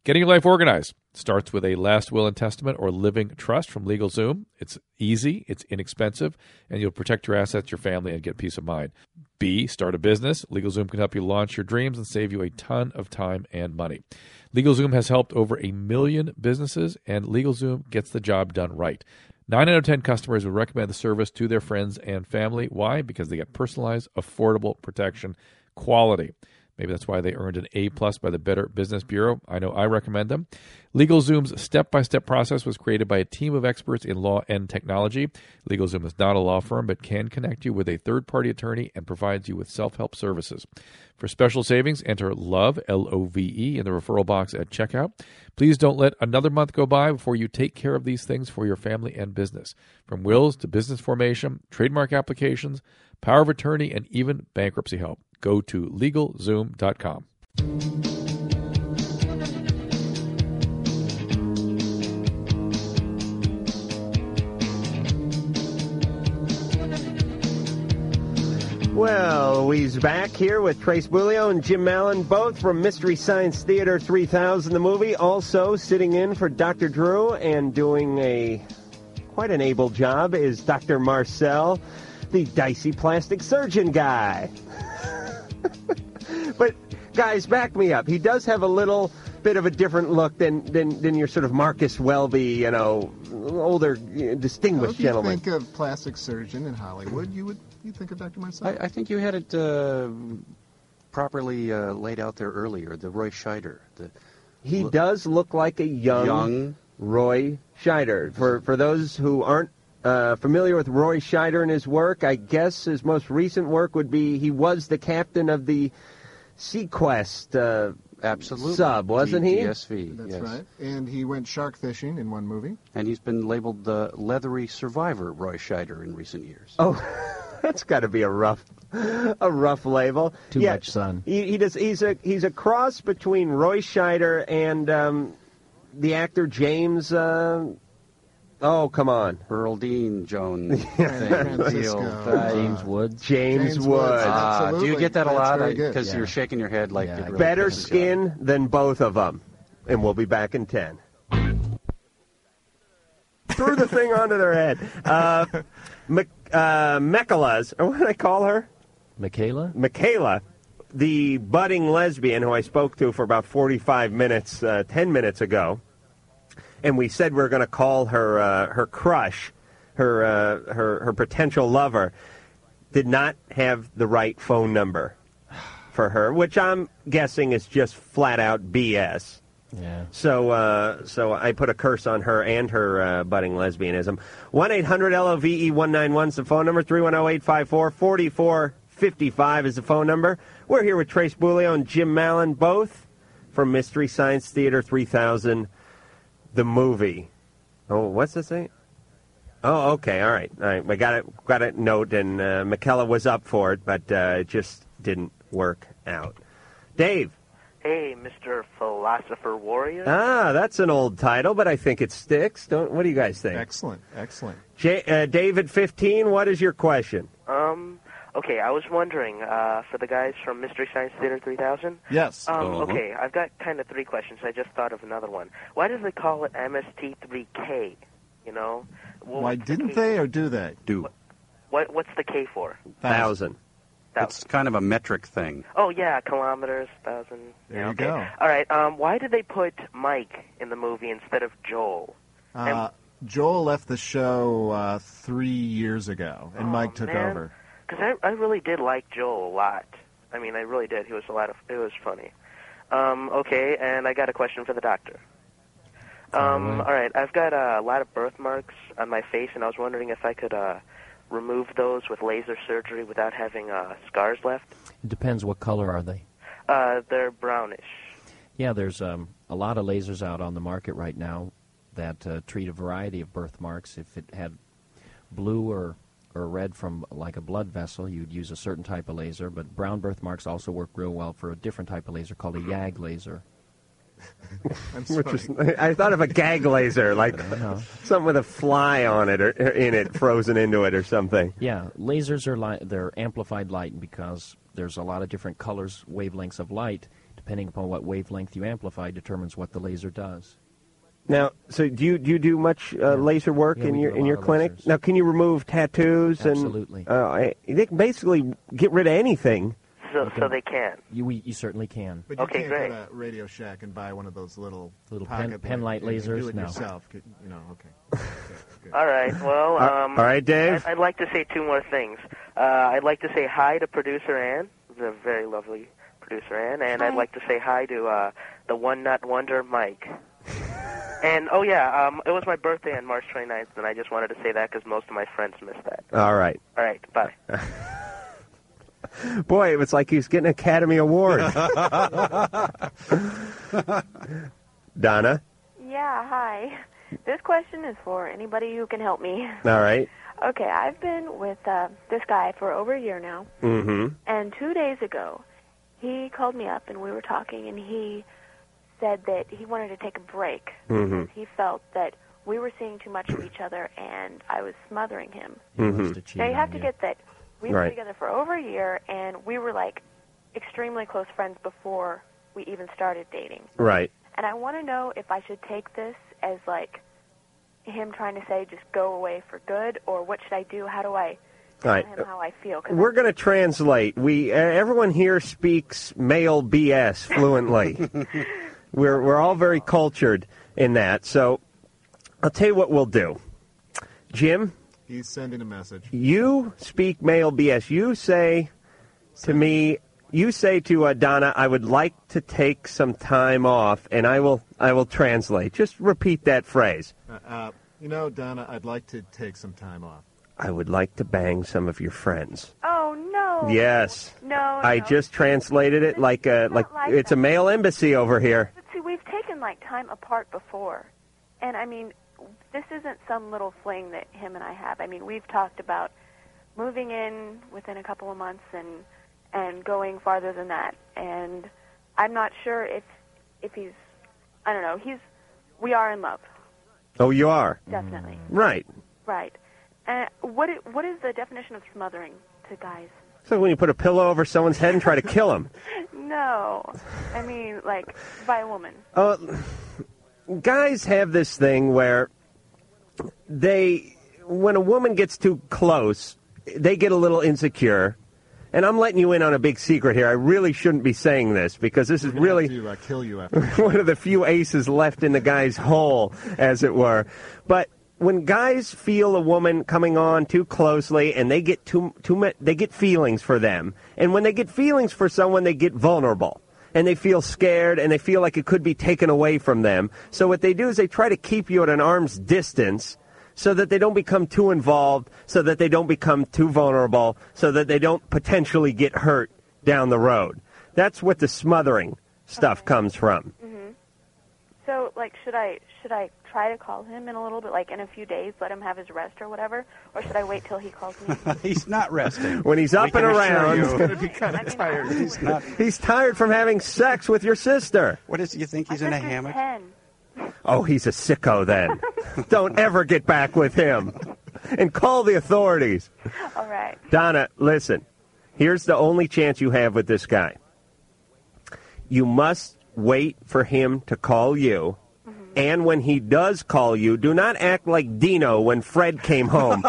Getting your life organized starts with a last will and testament or living trust from LegalZoom. It's easy, it's inexpensive, and you'll protect your assets, your family, and get peace of mind. B, start a business. LegalZoom can help you launch your dreams and save you a ton of time and money. LegalZoom has helped over a million businesses, and LegalZoom gets the job done right. Nine out of 10 customers would recommend the service to their friends and family. Why? Because they get personalized, affordable protection, quality. Maybe that's why they earned an A plus by the Better Business Bureau. I know I recommend them. LegalZoom's step-by-step process was created by a team of experts in law and technology. LegalZoom is not a law firm, but can connect you with a third-party attorney and provides you with self-help services. For special savings, enter LOVE, L-O-V-E, E in the referral box at checkout. Please don't let another month go by before you take care of these things for your family and business. From wills to business formation, trademark applications, power of attorney, and even bankruptcy help. Go to LegalZoom.com. Well, we's back here with Trace Bulio and Jim Mallon, both from Mystery Science Theater 3000, the movie. Also sitting in for Dr. Drew and doing a quite an able job is Dr. Marcel, the dicey plastic surgeon guy. [laughs] but guys, back me up. He does have a little bit of a different look than than, than your sort of Marcus Welby, you know, older uh, Well, distinguished if you gentleman. think of plastic surgeon in Hollywood, you would you think of Dr. Marcel? I, I think you had it uh, properly uh, laid out there earlier. The Roy Scheider. The, He does look like a young, Young. Roy Scheider. For for those who aren't uh, familiar with Roy Scheider and his work, I guess his most recent work would be he was the captain of the Sequest uh, Absolutely. sub, wasn't he? DSV. That's yes. right. And he went shark fishing in one movie. And he's been labeled the leathery survivor Roy Scheider in recent years. Oh, [laughs] that's got to be a rough, [laughs] a rough label. Too much sun. He, he does. He's a he's a cross between Roy Scheider and um, the actor James. Uh, oh, come on, Dean [laughs] Jones. Francisco, uh, James Woods. James, James Woods. Woods, Ah, do you absolutely. get that a That's lot? very I- good. 'cause Yeah. you're shaking your head like it really better pisses you skin than both of them, and we'll be back in ten. Threw the thing onto their head. Uh, Mc, uh, Mekala's, or what did I call her? Michaela? Michaela, the budding lesbian who I spoke to for about 45 minutes, uh, 10 minutes ago, and we said we were going to call her uh, her crush, her, uh, her her potential lover, did not have the right phone number for her, which I'm guessing is just flat out BS. Yeah. So, uh, so I put a curse on her and her uh, budding lesbianism. One eight hundred love E one nine one is the phone number. Three one zero eight five four forty four fifty five is the phone number. We're here with Trace Boulio and Jim Mallon, both from Mystery Science Theater three thousand, the movie. Oh, what's this thing? Oh, okay, all right, all right. We got it, got it. Note and uh, McKella was up for it, but uh, it just didn't work out. Dave. Hey, Mr. Philosopher Warrior. Ah, that's an old title, but I think it sticks. Don't. What do you guys think? Excellent, excellent. J- uh, David, fifteen. What is your [laughs] question? Um, okay, I was wondering uh, for the guys from Mystery Science Theater 3000. Yes. Um, Uh-huh. Okay, I've got kind of three questions. I just thought of another one. Why does they call it MST3K? You know, Well, Why what's the didn't K- they or do they? Do. What What's the K for? Thousand. It's kind of a metric thing. Oh yeah, kilometers, thousand. There you okay. go. All right. Um, why did they put Mike in the movie instead of Joel? Uh, Joel left the show uh, three years ago, and Mike took Oh, man. over. Because I, I really did like Joel a lot. I mean, I really did. He was a lot of. It was funny. Um, okay, and I got a question for the doctor. Um, all right, I've got uh, a lot of birthmarks on my face, and I was wondering if I could uh, remove those with laser surgery without having uh, scars left. It depends what color are they. Uh, they're brownish. Yeah, there's um, a lot of lasers out on the market right now that uh, treat a variety of birthmarks. If it had blue or or red from like a blood vessel, you'd use a certain type of laser. But brown birthmarks also work real well for a different type of laser called a [laughs] YAG laser. Which is, I thought of a gag laser, [laughs] like something with a fly on it or or in it, frozen into it or something. Yeah, lasers are light. They're amplified light, and because there's a lot of different colors, wavelengths of light. Depending upon what wavelength you amplify, determines what the laser does. Now, so do you do you do much uh, laser work Yeah, in we your do a in lot your of clinic? Now, can you remove tattoos Absolutely. and uh, I- they can basically get rid of anything? So, so they can. You we, you certainly can. But you Okay, can't great. go to Radio Shack and buy one of those little Little pocket pen- pen light and you lasers? Do it No. yourself. You know, okay. All right. Well, Uh, um, all right, Dave. I, I'd like to say two more things. Uh, I'd like to say hi to producer Ann, the very lovely producer Ann, and I'd like to say hi to uh, the one nut wonder [laughs] Mike. and oh yeah, um, it was my birthday on March 29th, and I just wanted to say that because most of my friends missed that. All right, All right, [laughs] bye. boy, it was like he was getting an Academy [laughs] Award. Donna, Yeah, hi. [laughs] This question is for anybody who can help me. [laughs] all right. Okay, I've been with uh, this guy for over a year now, Mm-hmm. and two days ago, he called me up and we were talking, and he said that he wanted to take a break. Mm-hmm. Mhm. He felt that we were seeing too much of each other, and I was smothering him. Mm-hmm. Now you have to get that we've Right. been together for over a year, and we were like extremely close friends before we even started dating. Right. And I want to know if I should take this as like him trying to say just go away for good, or what should I do? How do I All tell right. him how I feel? 'Cause We're going to translate. We uh, everyone here speaks male [laughs] BS fluently. we're we're all very cultured in that. So I'll tell you what we'll do. Jim, He's sending a message. you speak male BS. You say to me, you say to uh, Donna, I would like to take some time off, and I will I will translate. Just repeat that phrase. Uh, uh, you know, Donna, I'd like to take some time off. I would like to bang some of your friends. Oh no. Yes. No. I no. just translated it like a like, like it's a male embassy over here. But see, we've taken like time apart before, and I mean, this isn't some little fling that him and I have. I mean, we've talked about moving in within a couple of months and and going farther than that. And I'm not sure if if he's I don't know. He's we are in love, Oh, you are definitely. right. Right. And what i- what is the definition of smothering to guys? So when you put a pillow over someone's head and try to kill them. no, I mean like by a woman. Uh, guys have this thing where they, when a woman gets too close, they get a little insecure. And I'm letting you in on a big secret here. I really shouldn't be saying this because this is really [laughs] To uh, kill you after. one of the few aces left in the guy's hole, as it were. But when guys feel a woman coming on too closely and they get too too much, they get feelings for them. And when they get feelings for someone, they get vulnerable and they feel scared and they feel like it could be taken away from them. So what they do is they try to keep you at an arm's distance so that they don't become too involved, so that they don't become too vulnerable, so that they don't potentially get hurt down the road. That's what the smothering stuff comes from. hmm So, like, should I should I try to call him in a little bit, like in a few days, let him have his rest or whatever, or should I wait till he calls [laughs] me? [laughs] he's not resting. When he's up We and can assure around, you. he's gonna be kind of tired. He's not. [laughs] He's tired from having sex with your sister. What is? You think he's in a hammock? Oh, he's a sicko [laughs] then. Don't ever get back with him. And call the authorities. All right. Donna, listen. Here's the only chance you have with this guy. You must wait for him to call you. Mm-hmm. And when he does call you, do not act like Dino when Fred [laughs] came home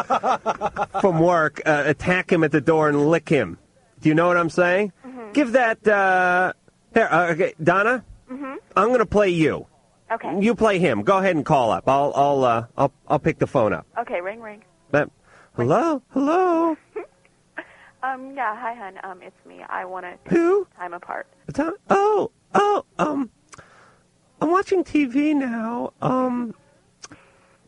from work, uh, attack him at the door and lick him. Do you know what I'm saying? Mm-hmm. Give that. Uh, there, uh, okay, Donna. Mhm. I'm going to play you. Okay. You play him. Go ahead and call up. I'll I'll uh, I'll I'll pick the phone up. Okay. Ring ring. But hello, hello. Um. Yeah. Hi, hun. Um. It's me. I want to. Who? Time apart. It's on- Oh, oh, um, I'm watching TV now. Um,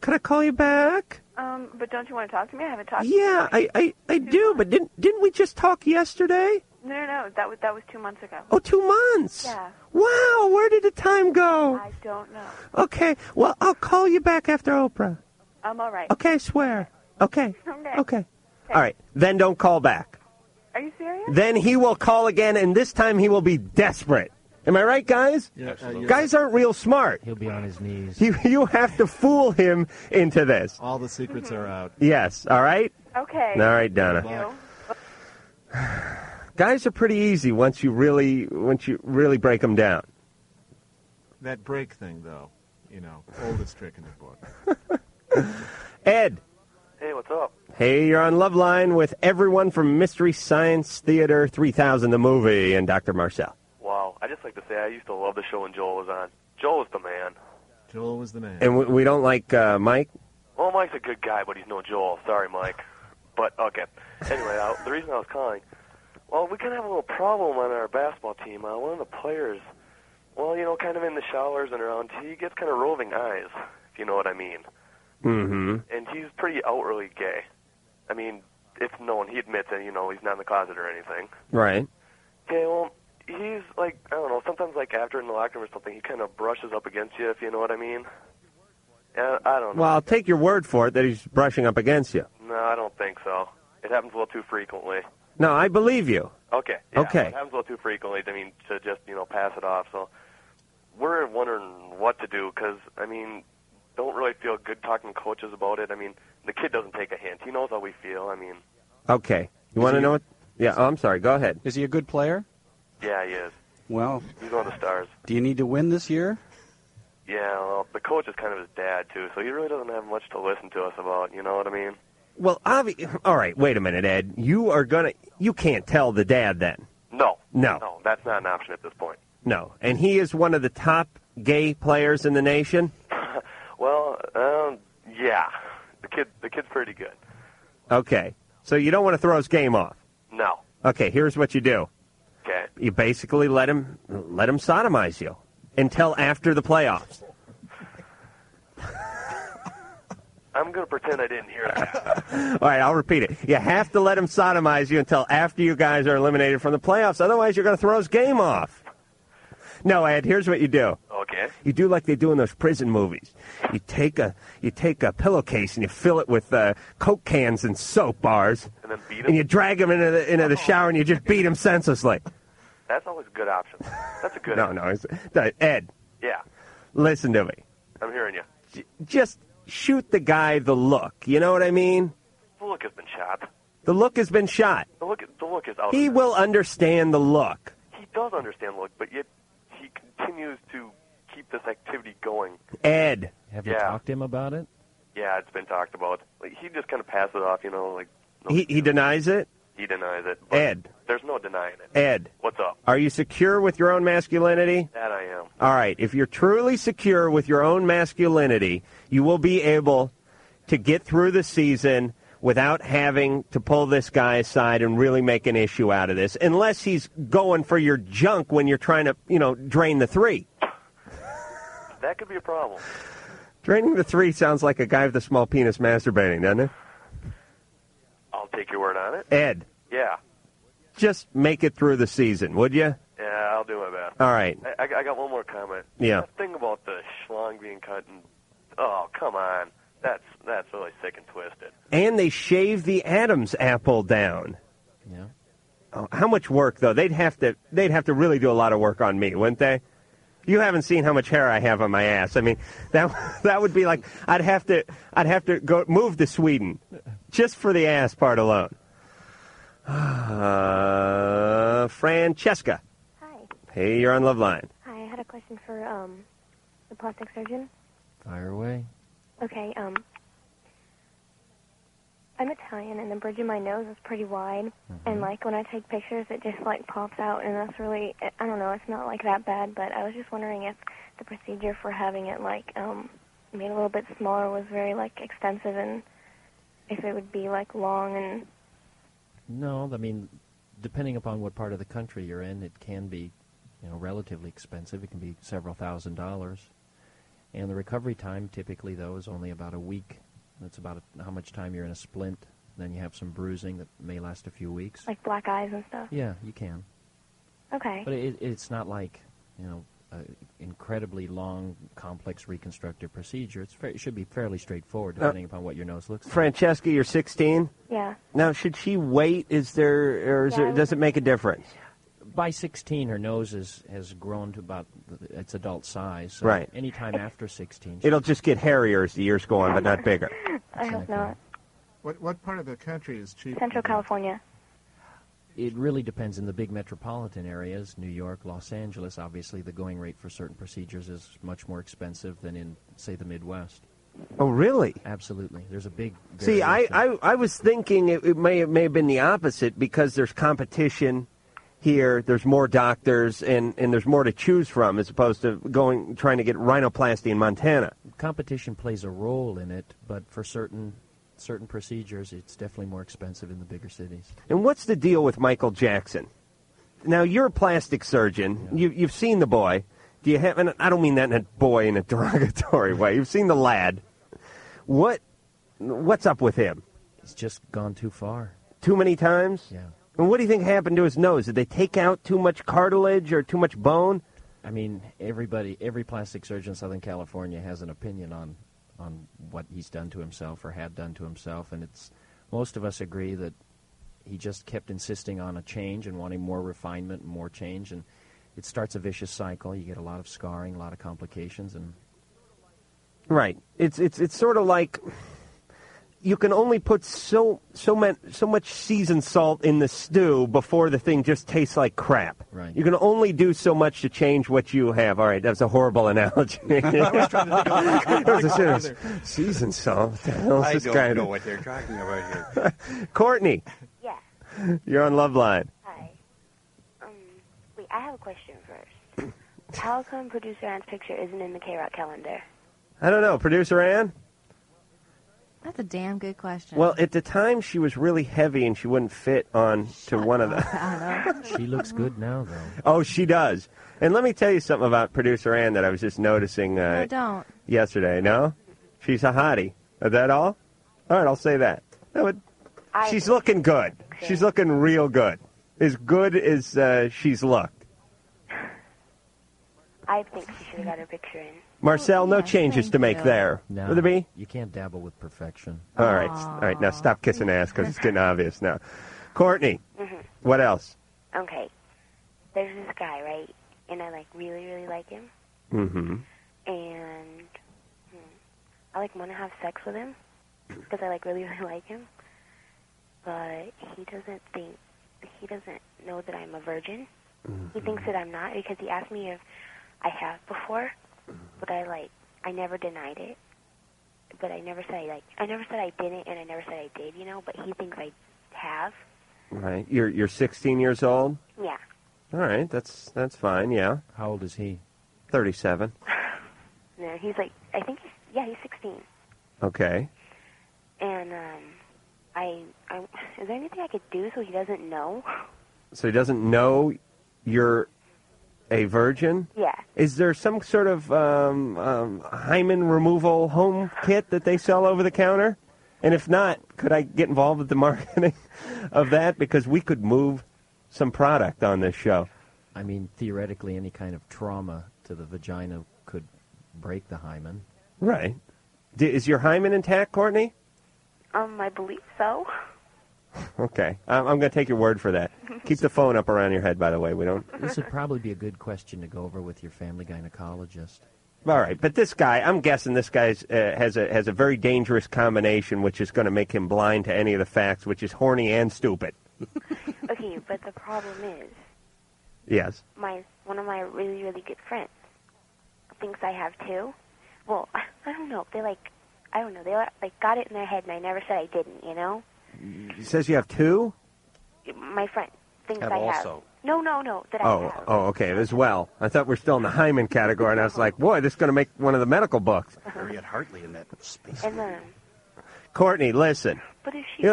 could I call you back? Um. But don't you want to talk to me? I haven't talked. Yeah, To you. I I, I do. But didn't didn't we just talk yesterday? No, no, no. That was that was two months ago. Oh, two months. Yeah. Wow, where did the time go? I don't know. Okay, well, I'll call you back after Oprah. I'm all right. Okay, I swear. Okay. [laughs] Okay. Okay. All right, then don't call back. Are you serious? Then he will call again, and this time he will be desperate. Am I right, guys? uh, Yeah, Absolutely. guys aren't real smart. He'll be on his knees. You, [laughs] you have to fool him into this. All the secrets [laughs] Mm-hmm. are out. Yes, all right? Okay. All right, Donna. Guys are pretty easy once you really once you really break them down. That break thing, though, you know, oldest trick in the book. Ed, Hey, what's up? hey, you're on Love Line with everyone from Mystery Science Theater 3000 the movie and Dr. Marcel. Wow. I just like to say I used to love the show when Joel was on. Joel was the man. Joel was the man. And we, we don't like uh, Mike. Well, Mike's a good guy, but he's no Joel. Sorry, Mike. But okay. Anyway, uh, the reason I was calling, well, we kind of have a little problem on our basketball team. Uh, one of the players, well, you know, kind of in the showers and around, he gets kind of roving eyes, if you know what I mean. Mm-hmm. And he's pretty outwardly gay. I mean, it's known. He admits that you know he's not in the closet or anything. Right. Okay, well, he's like I don't know. Sometimes like after in the locker room or something, he kind of brushes up against you, if you know what I mean. And I don't know. Well, I'll take your word for it that he's brushing up against you. No, I don't think so. It happens a little too frequently. No, I believe you. Okay. yeah, Okay. It happens a little too frequently. I mean, to just you know pass it off. So we're wondering what to do because I mean, don't really feel good talking to coaches about it. I mean, the kid doesn't take a hint. He knows how we feel. I mean, Okay. You want to know what? Yeah, oh, I'm sorry. Go ahead. Is he a good player? yeah, he is. Well, He's one of the stars. do you need to win this year? Yeah, well, the coach is kind of his dad too, so he really doesn't have much to listen to us about. You know what I mean? Well, obvi- all right. Wait a minute, Ed. You are gonna. You can't tell the dad then. No. No. No, that's not an option at this point. [laughs] No, and he is one of the top gay players in the nation. Well, um, yeah, the kid, the kid's pretty good. Okay, so you don't want to throw his game off. No. Okay, here's what you do. Okay. You basically let him let him sodomize you until after the playoffs. [laughs] I'm gonna pretend I didn't hear [laughs] that. All right, I'll repeat it. You have to let him sodomize you until after you guys are eliminated from the playoffs. Otherwise, you're going to throw his game off. No, Ed. Here's what you do. Okay. You do like they do in those prison movies. You take a you take a pillowcase and you fill it with uh, coke cans and soap bars, And then beat him? Oh. and you drag him into the into the shower and you just beat him senselessly. That's always a good option. That's a good. No, no, it's, no, Ed. Yeah, Listen to me. I'm hearing you. J- Just shoot the guy the look. You know what I mean? The look has been shot. The look has been shot. The look, the look is out. He will understand the look. He does understand look, but yet he continues to keep this activity going. Ed. Have Yeah. you talked to him about it? Yeah, it's been talked about. Like he just kind of passes it off, you know, like He he denies it. he denies it. But Ed. There's no denying it. Ed. What's up? Are you secure with your own masculinity? That I am. All right. If you're truly secure with your own masculinity, you will be able to get through the season without having to pull this guy aside and really make an issue out of this, unless he's going for your junk when you're trying to, you know, drain the three. That could be a problem. Draining the three sounds like a guy with a small penis masturbating, doesn't it? I'll take your word on it. Ed, Yeah. just make it through the season, would you? Yeah, I'll do my best. All right. I, I, I got one more comment. Yeah. That thing about the schlong being cut and oh come on, that's that's really sick and twisted. And they shave the Adam's apple down. Yeah. Oh, how much work though? They'd have to they'd have to really do a lot of work on me, wouldn't they? You haven't seen how much hair I have on my ass. I mean, [laughs] that that would be like I'd have to I'd have to go move to Sweden just for the ass part alone. [sighs] Uh, Francesca. Hi. Hey, you're on Love Line. Hi, I had a question for um, the plastic surgeon. Fire away. Okay, um, I'm Italian, and the bridge of my nose is pretty wide, Mm-hmm. and like when I take pictures, it just like pops out, and that's really I- I don't know, it's not like that bad, but I was just wondering if the procedure for having it like um made a little bit smaller was very like extensive, and if it would be like long and No, I mean, depending upon what part of the country you're in, it can be, you know, relatively expensive. It can be several thousand dollars, and the recovery time typically though is only about a week. That's about how much time you're in a splint. Then you have some bruising that may last a few weeks. like black eyes and stuff. Yeah, you can. Okay. But it, it's not like you know, a incredibly long, complex reconstructive procedure. It's fair, it should be fairly straightforward, Uh, depending upon what your nose looks. like. Francesca, you're 16. Yeah. Now, should she wait? Is there or is Yeah, I there, does it make a difference? By 16, her nose is, has grown to about th- its adult size. So Right. Anytime after 16, It'll just get hairier as the years go on, but not [laughs] bigger. I hope not. What what part of the country is cheap? Central California. it really depends in the big metropolitan areas, New York, Los Angeles. Obviously, the going rate for certain procedures is much more expensive than in, say, the Midwest. Oh, really? Absolutely. There's a big. See, I, variation. I, I was thinking it, it may it may have been the opposite because there's competition here. There's more doctors and, and there's more to choose from as opposed to going trying to get rhinoplasty in Montana. Competition plays a role in it, but for certain certain procedures, it's definitely more expensive in the bigger cities. And what's the deal with Michael Jackson? Now you're a plastic surgeon. You, you've seen the boy. Do you have? And I don't mean that in a boy in a [laughs] derogatory way. You've seen the lad. What what's up with him? It's just gone too far. Too many times. Yeah. And what do you think happened to his nose? Did they take out too much cartilage or too much bone? I mean, everybody, every plastic surgeon in Southern California has an opinion on on what he's done to himself or had done to himself, and it's most of us agree that he just kept insisting on a change and wanting more refinement and more change, and it starts a vicious cycle. You get a lot of scarring, a lot of complications, and Right. It's it's it's sort of like you can only put so so much so much seasoned salt in the stew before the thing just tastes like crap. Right. You can only do so much to change what you have. All right, that's a horrible analogy. [laughs] I was trying [laughs] to think of like- That was a serious- seasoned salt. What the hell is I this don't guy know what they're talking about here. [laughs] Courtney. Yeah. You're on Love Line. Hi. Um, wait, I have a question first. How come producer Anne's picture isn't in the K Rock calendar? I don't know, producer Ann. That's a damn good question. Well, at the time she was really heavy and she wouldn't fit on to one of the. she looks good now, though. Oh, she does. And let me tell you something about producer Ann that I was just noticing. Uh, No, don't. Yesterday, no. She's a hottie. Is that all? All right, I'll say that. That would. she's looking good. She's looking real good. As good as uh, she's looked. I think she should have got her picture in. Marcel, no changes to make you. there. No. Will there be? You can't dabble with perfection. All right, s- all right. Now stop kissing ass because it's getting obvious now. Courtney, Mhm. what else? Okay. There's this guy, right? And I like really, really like him. Mm-hmm. And hmm, I like want to have sex with him [clears throat] because I like really, [laughs] really like him. But he doesn't think he doesn't know that I'm a virgin. He thinks that I'm not because he asked me if I have before, but I like I never denied it. But I never said I like I never said I didn't, and I never said I did, you know. But he thinks I have. Right. You're you're 16 years old. Yeah. All right. That's that's fine. Yeah. How old is he? 37. No, he's like I think he's yeah he's 16. Okay. And um, I, I, [laughs] is there anything I could do so he doesn't know? So he doesn't know you're a virgin? Yeah. Is there some sort of um, um, hymen removal home kit that they sell over the counter? And if not, could I get involved with the [laughs] marketing of that? Because we could move some product on this show. I mean, theoretically, any kind of trauma to the vagina could break the hymen. Right. D- is your hymen intact, Courtney? Um, I believe [laughs] so. Okay. I'm, I'm going to take your word for that. Keep the phone up around your head, by the way. We don't. This would probably be a good question to go over with your family gynecologist. All right, but this guy, I'm guessing this guy uh, has a has a very dangerous combination, which is going to make him blind to any of the facts, which is horny and stupid. okay, but the problem is, Yes. my one of my really really good friends thinks I have two. Well, [laughs] I, I don't know. They like, I don't know. They like got it in their head, and I never said I didn't. You know, He says you have two. my friend thinks Have I have. also. No, no, no. That I Oh, oh, okay, as well. I thought we're still in the hymen category, and I was like, boy, this is going to make one of the medical books. Harriet Hartley in that space. And then, Courtney, listen. Uh, But if she.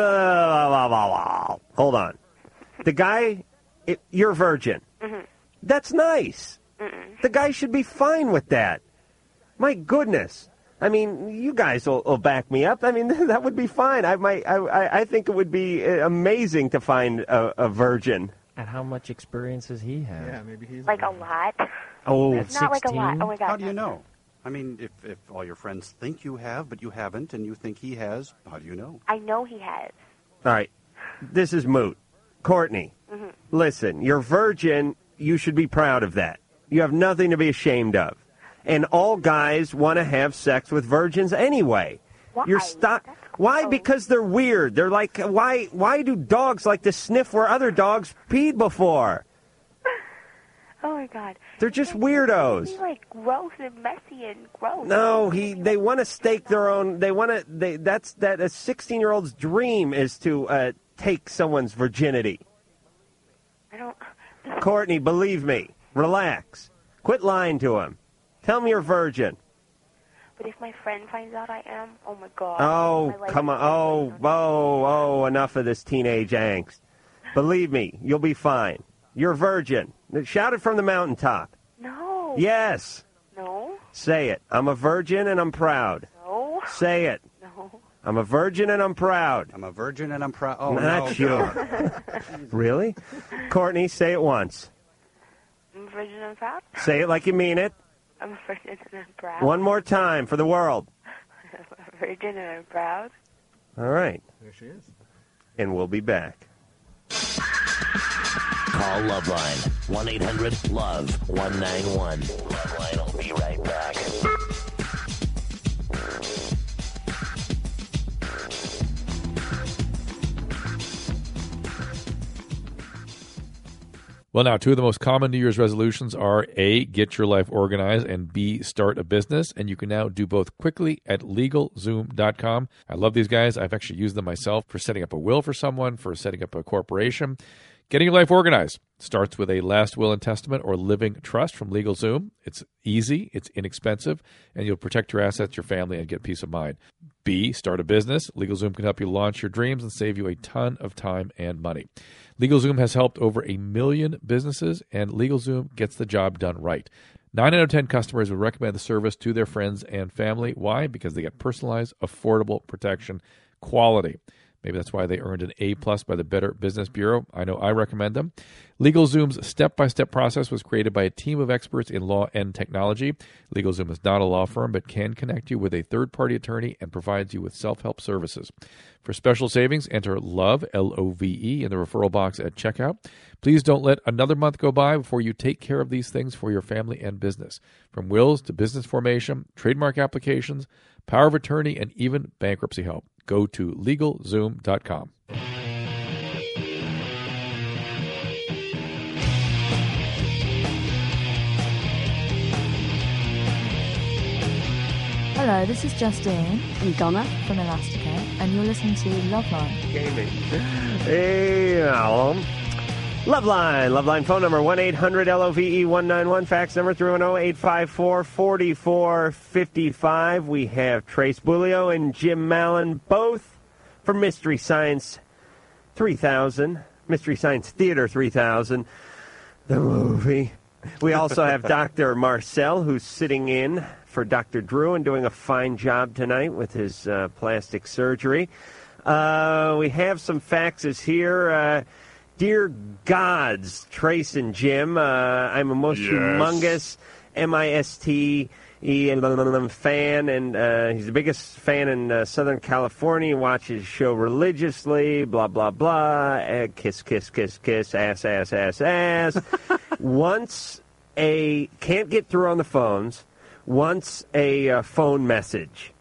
Hold on. The guy, it, you're virgin. Mhm. That's nice. Mm-mm. The guy should be fine with that. My goodness. I mean, you guys will, will back me up. I mean, [laughs] that would be fine. I might. I, I, I think it would be uh, amazing to find a, a virgin. And how much experience has he had? Yeah, maybe he's like a lot. Oh, It's [laughs] not like a lot. Oh my god. How do you know? I mean, if, if all your friends think you have, but you haven't, and you think he has, how do you know? I know he has. All right. This is moot. Courtney, Mhm. listen, you're virgin. You should be proud of that. You have nothing to be ashamed of. And all guys want to have sex with virgins anyway. You're stuck. Why? Because they're weird. They're like, why? Why do dogs like to sniff where other dogs peed before? Oh my god. They're just He's weirdos. like gross and messy and gross. No, he. They want to stake their own. They want to. They. That's that. A 16 year old's dream is to uh, take someone's virginity. I don't. Courtney, believe me. Relax. Quit lying to him. Tell him you're virgin. But if my friend finds out I am, oh my god. Oh, My life come on. Oh, oh, oh, enough of this teenage angst. Believe me, you'll be fine. You're virgin. Shout it from the mountaintop. No. Yes. No. Say it. I'm a virgin and I'm proud. No. Say it. No. I'm a virgin and I'm proud. I'm a virgin and I'm proud. Oh, no, Not you. [laughs] really? Courtney, say it once. I'm virgin and proud. Say it like you mean it. I'm a virgin and I'm proud. One more time for the world. I'm a virgin and I'm proud. All right. There she is. And we'll be back. Call Loveline 1 800 Love 191. Loveline will be right back. Well, now, two of the most common New Year's resolutions are A, get your life organized, and B, start a business. And you can now do both quickly at legalzoom.com. I love these guys. I've actually used them myself for setting up a will for someone, for setting up a corporation. Getting your life organized starts with a last will and testament or living trust from LegalZoom. It's easy, it's inexpensive, and you'll protect your assets, your family, and get peace of mind. B, start a business. LegalZoom can help you launch your dreams and save you a ton of time and money. LegalZoom has helped over a million businesses, and LegalZoom gets the job done right. Nine out of 10 customers would recommend the service to their friends and family. Why? Because they get personalized, affordable protection, quality. Maybe that's why they earned an A plus by the Better Business Bureau. I know I recommend them. LegalZoom's step-by-step process was created by a team of experts in law and technology. LegalZoom is not a law firm, but can connect you with a third-party attorney and provides you with self-help services. For special savings, enter LOVE L O V E in the referral box at checkout. Please don't let another month go by before you take care of these things for your family and business. From wills to business formation, trademark applications, power of attorney, and even bankruptcy help. Go to LegalZoom.com. Hello, this is Justine. And Donna. From Elasticate, and you're listening to Love Line. [laughs] Gaming. Hey, um, Loveline. Loveline phone number 1 800 LOVE 191. Fax number 310 854 4455. We have Trace Bulio and Jim Mallon both for Mystery Science 3000, Mystery Science Theater 3000, the movie. We also have Dr. Marcel, who's sitting in for Dr. Drew and doing a fine job tonight with his uh, plastic surgery. Uh, we have some faxes here. Uh, Dear gods, Trace and Jim, uh, I'm a most Yes. humongous M I S T E fan, and uh, he's the biggest fan in uh, Southern California. He watches the show religiously. Blah blah blah. Uh, kiss kiss kiss kiss. Ass ass ass ass. once a can't get through on the phones. Once a uh, phone message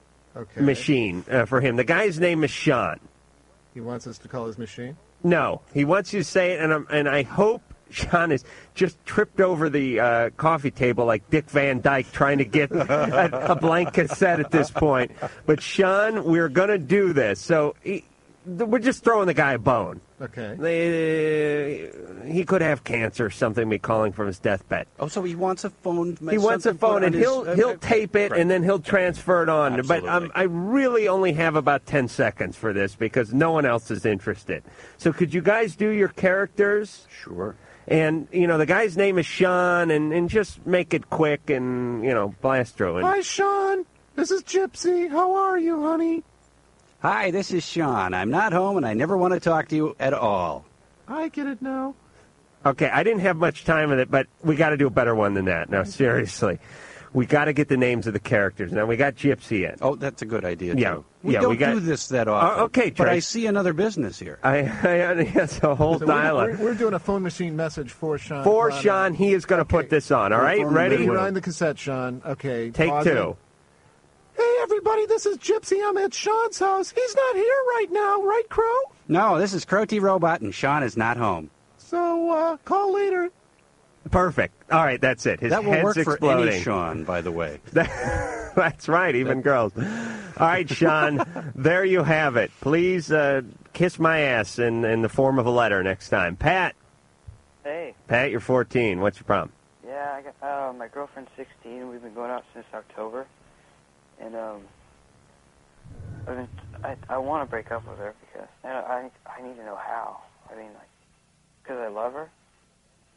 machine uh, for him. The guy's name is Sean. He wants us to call his machine. No, he wants you to say it, and I'm, and I hope Sean is just tripped over the uh, coffee table like Dick Van Dyke trying to get a, a blank cassette at this point. But Sean, we're gonna do this, so he, th- we're just throwing the guy a bone. Okay. They, he could have cancer or something. Be calling from his deathbed. Oh, so he wants a phone. He wants a something put phone, on and his- he'll uh, he'll uh, tape it, right. and then he'll transfer it on. But um, Absolutely. I really only have about ten seconds for this because no one else is interested. So could you guys do your characters? Sure. And you know the guy's name is Sean, and and just make it quick, and you know Blastro. And Hi, Sean. This is Gypsy. How are you, honey? Hi, this is Sean. I'm not home, and I never want to talk to you at all. I get it now. okay, I didn't have much time with it, but we got to do a better one than that. Now seriously, we got to get the names of the characters. Now we got Gypsy in. Oh, that's a good idea. Yeah, too. we yeah, don't we got- do this that Oh, often. okay, uh, but I Trace. see another business here. [laughs] I, I that's a whole So we're- dialogue. We're, we're doing a phone machine message for Sean. For Connor. Sean, he is going to put this on. All right, ready? Rewind the cassette, Sean. Okay. Take pause two. it. Hey, everybody. This is Gypsy. I'm at Sean's house. He's not here right now, right, Crow? No, this is Crotty Robot, and Sean is not home. So uh, call later. Perfect. All right, that's it. His [laughs] that will head's work exploding. for any Sean, by the way. [laughs] That's right, even girls. All right, [laughs] Sean, there you have it. Please uh, kiss my ass in, in the form of a letter next time. Pat, Hey, Pat, you're 14. What's your problem? yeah, I got, uh, my girlfriend's 16. We've been going out since October, and um, I mean, I I want to break up with her because and I I need to know how. I mean, like, because I love her,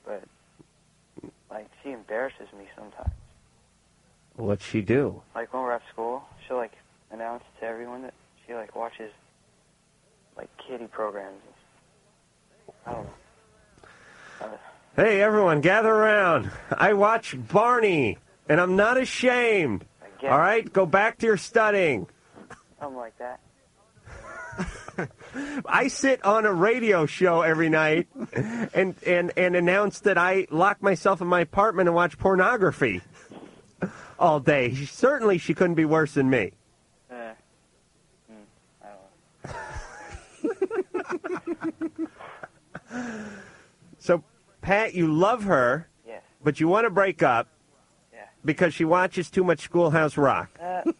but like she embarrasses me sometimes. What'd she do? Like when we're at school, she'll like announce to everyone that she like watches like kitty programs. I don't know. Hey, everyone, gather around. I watch Barney, and I'm not ashamed. guess. All right, go back to your studying. Something like that. I sit on a radio show every night and, and, and announce that I lock myself in my apartment and watch pornography all day. Certainly, she couldn't be worse than me. Uh, Hmm. [laughs] So, Pat, you love her, Yes. but you want to break up Yeah. because she watches too much Schoolhouse Rock. That, Uh,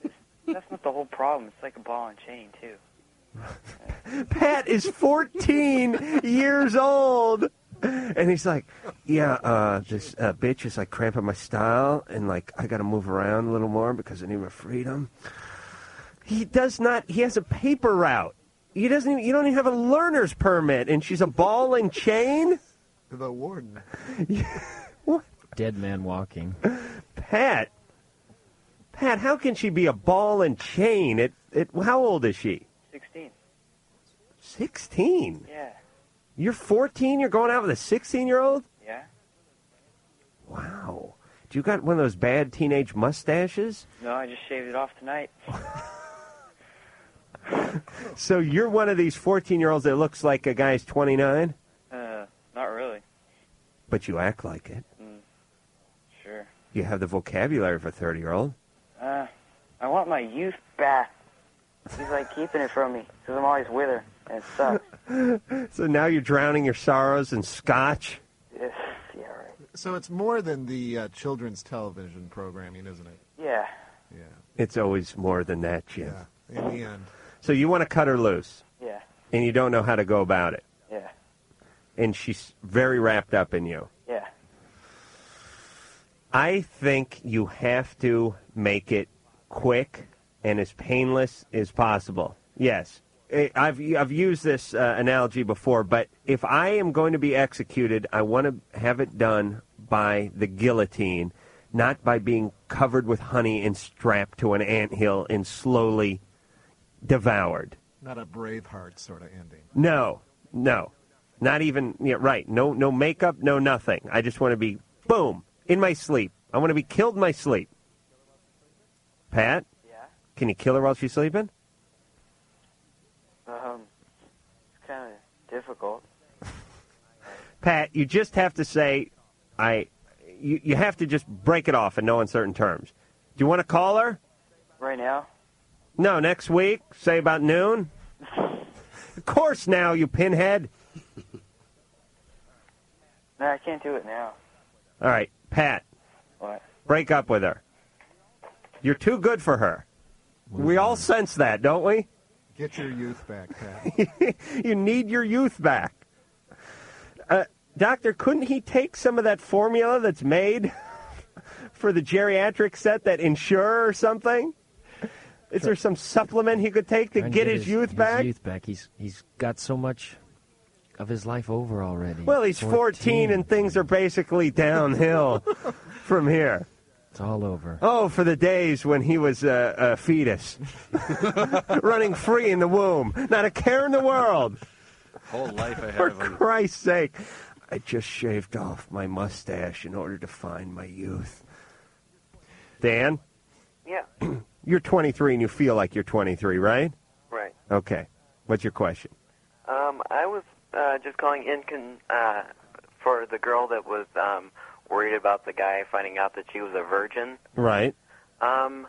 that's not the whole problem. It's like a ball and chain too. Pat is 14 years old. And he's like, yeah, uh, this uh, bitch is like cramping my style, and like I got to move around a little more because I need my freedom. He does not. He has a paper route. He doesn't. Even, you don't even have a learner's permit, and she's a ball and chain. The warden. Dead man walking. Pat, Pat, how can she be a ball and chain? It, it. How old is she? 16. Sixteen. Yeah. You're fourteen. You're going out with a sixteen-year-old. Yeah? Wow. Do you got one of those bad teenage mustaches? [laughs] No, I just shaved it off tonight. So you're one of these fourteen-year-olds that looks like a guy's twenty-nine, Uh, not really. but you act like it. Mm, sure. You have the vocabulary of a thirty-year-old. [laughs] Uh, I want my youth back. He's like keeping it from me because I'm always with her, and it sucks. [laughs] So now you're drowning your sorrows in scotch. It's, yeah, right. So it's more than the uh, children's television programming, isn't it? Yeah. It's always more than that, Jim. In the end. So you want to cut her loose, Yeah. and you don't know how to go about it. Yeah. and she's very wrapped up in you. Yeah. I think you have to make it quick and as painless as possible. Yes. eh, I've I've used this uh, analogy before, but if I am going to be executed, I want to have it done by the guillotine, not by being covered with honey and strapped to an anthill and slowly devoured. Not a Braveheart sort of ending. No, no, not even yeah, right. No, no makeup, no nothing. I just want to be boom in my sleep. I want to be killed in my sleep. Pat, Yeah. can you kill her while she's sleeping? Um, it's kind of difficult. Pat, you just have to say, I. You, you have to just break it off in no uncertain terms. Do you want to call her? Right now, No, next week, say about noon. of course, now you pinhead. no, I can't do it now. All right, Pat, What? break up with her. You're too good for her. We all sense that, don't we? [laughs] Get your youth back, Pat. you need your youth back. Uh, doctor, couldn't he take some of that formula that's made [laughs] for the geriatric set, that Ensure or something? Is there some supplement he could take to Trying get, his, youth back? Youth back. He's he's got so much of his life over already. Well, he's 14, and things are basically downhill [laughs] from here. It's all over. Oh, for the days when he was a, a fetus, [laughs] running free in the womb, not a care in the world. Whole life ahead For of him. Christ's sake, I just shaved off my mustache in order to find my youth. Dan, Yeah. [clears throat] you're 23 and you feel like you're 23, right? Right. Okay. What's your question? Um, I was uh, just calling in con- uh, for the girl that was um, worried about the guy finding out that she was a virgin. Right. Um,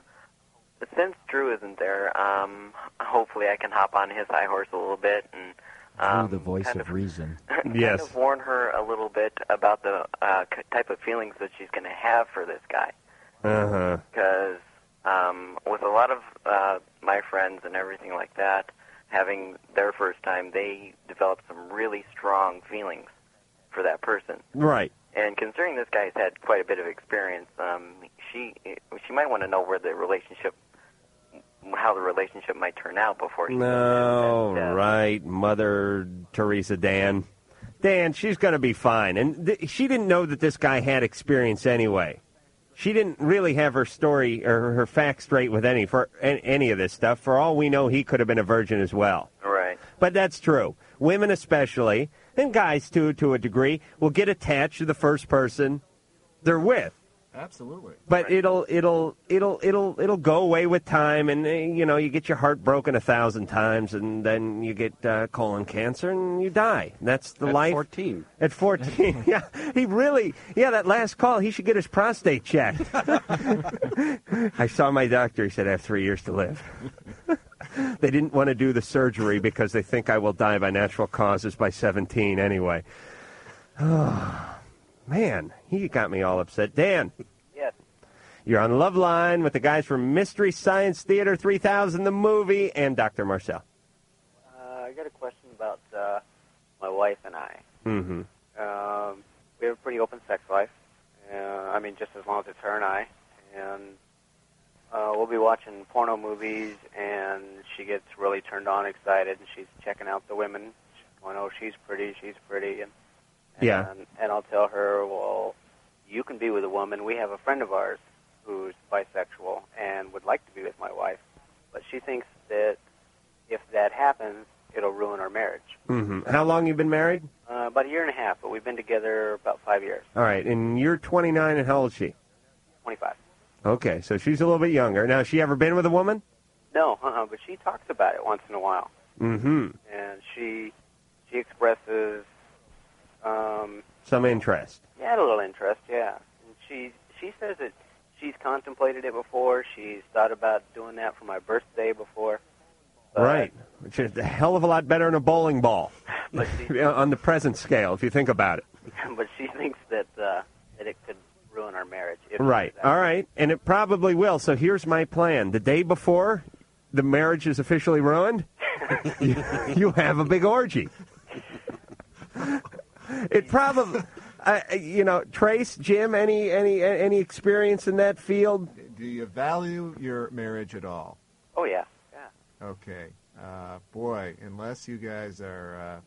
since Drew isn't there, um, hopefully I can hop on his high horse a little bit and [laughs] Ooh, um, the voice kind of, reason. [laughs] kind of warn her a little bit about the uh, c- type of feelings that she's going to have for this guy. Uh huh. Because um, with a lot of uh, my friends and everything like that, having their first time, they develop some really strong feelings for that person. Right. And considering this guy's had quite a bit of experience, um, she she might want to know where the relationship, how the relationship might turn out before she. No, right, Mother Teresa Dan. Dan, she's going to be fine. And th- she didn't know that this guy had experience anyway. She didn't really have her story or her facts straight with any for an- any of this stuff. For all we know, he could have been a virgin as well. Right. But that's true. Women, especially, and guys too, to a degree, will get attached to the first person they're with Absolutely. but it'll it'll it'll it'll it'll go away with time, and uh, you know you get your heart broken a thousand times, and then you get uh, colon cancer and you die. That's the At life. 14. At fourteen, [laughs] yeah, he really, yeah. That last call, he should get his prostate checked. [laughs] I saw my doctor. He said I have three years to live. [laughs] they didn't want to do the surgery because they think I will die by natural causes by seventeen anyway. [sighs] Man, he got me all upset. Dan. Yes. You're on Love Line with the guys from Mystery Science Theater 3000, the movie, and Dr. Marcel. Uh, I got a question about uh, my wife and I. Mm-hmm. Um, we have a pretty open sex life. Uh, I mean, just as long as it's her and I. And uh, we'll be watching porno movies, and she gets really turned on, excited, and she's checking out the women. She's going, "Oh, she's pretty, she's pretty," and Yeah. and, and I'll tell her, "Well, you can be with a woman. We have a friend of ours who's bisexual and would like to be with my wife, but she thinks that if that happens, it'll ruin our marriage." hmm How long you been married? Uh, about a year and a half, but we've been together about five years. All right, and you're 29, and how old is she? 25. Okay, so she's a little bit younger. Now, has she ever been with a woman? No, uh-uh, but she talks about it once in a while, Mm-hmm. and she she expresses um, Some interest. she had a little interest, yeah. And she she says that she's contemplated it before. She's thought about doing that for my birthday before. right. Which is a hell of a lot better than a bowling ball [laughs] on the present scale, if you think about it. [laughs] but she thinks that uh, that it could ruin our marriage. If Right. All right. And it probably will. So here's my plan. The day before the marriage is officially [laughs] ruined, you, you have a big orgy. It probably, I I- you know, Trace, Jim, any any any experience in that field? Do you value your marriage at all? Oh yeah, yeah. Okay. Uh, boy, unless you guys are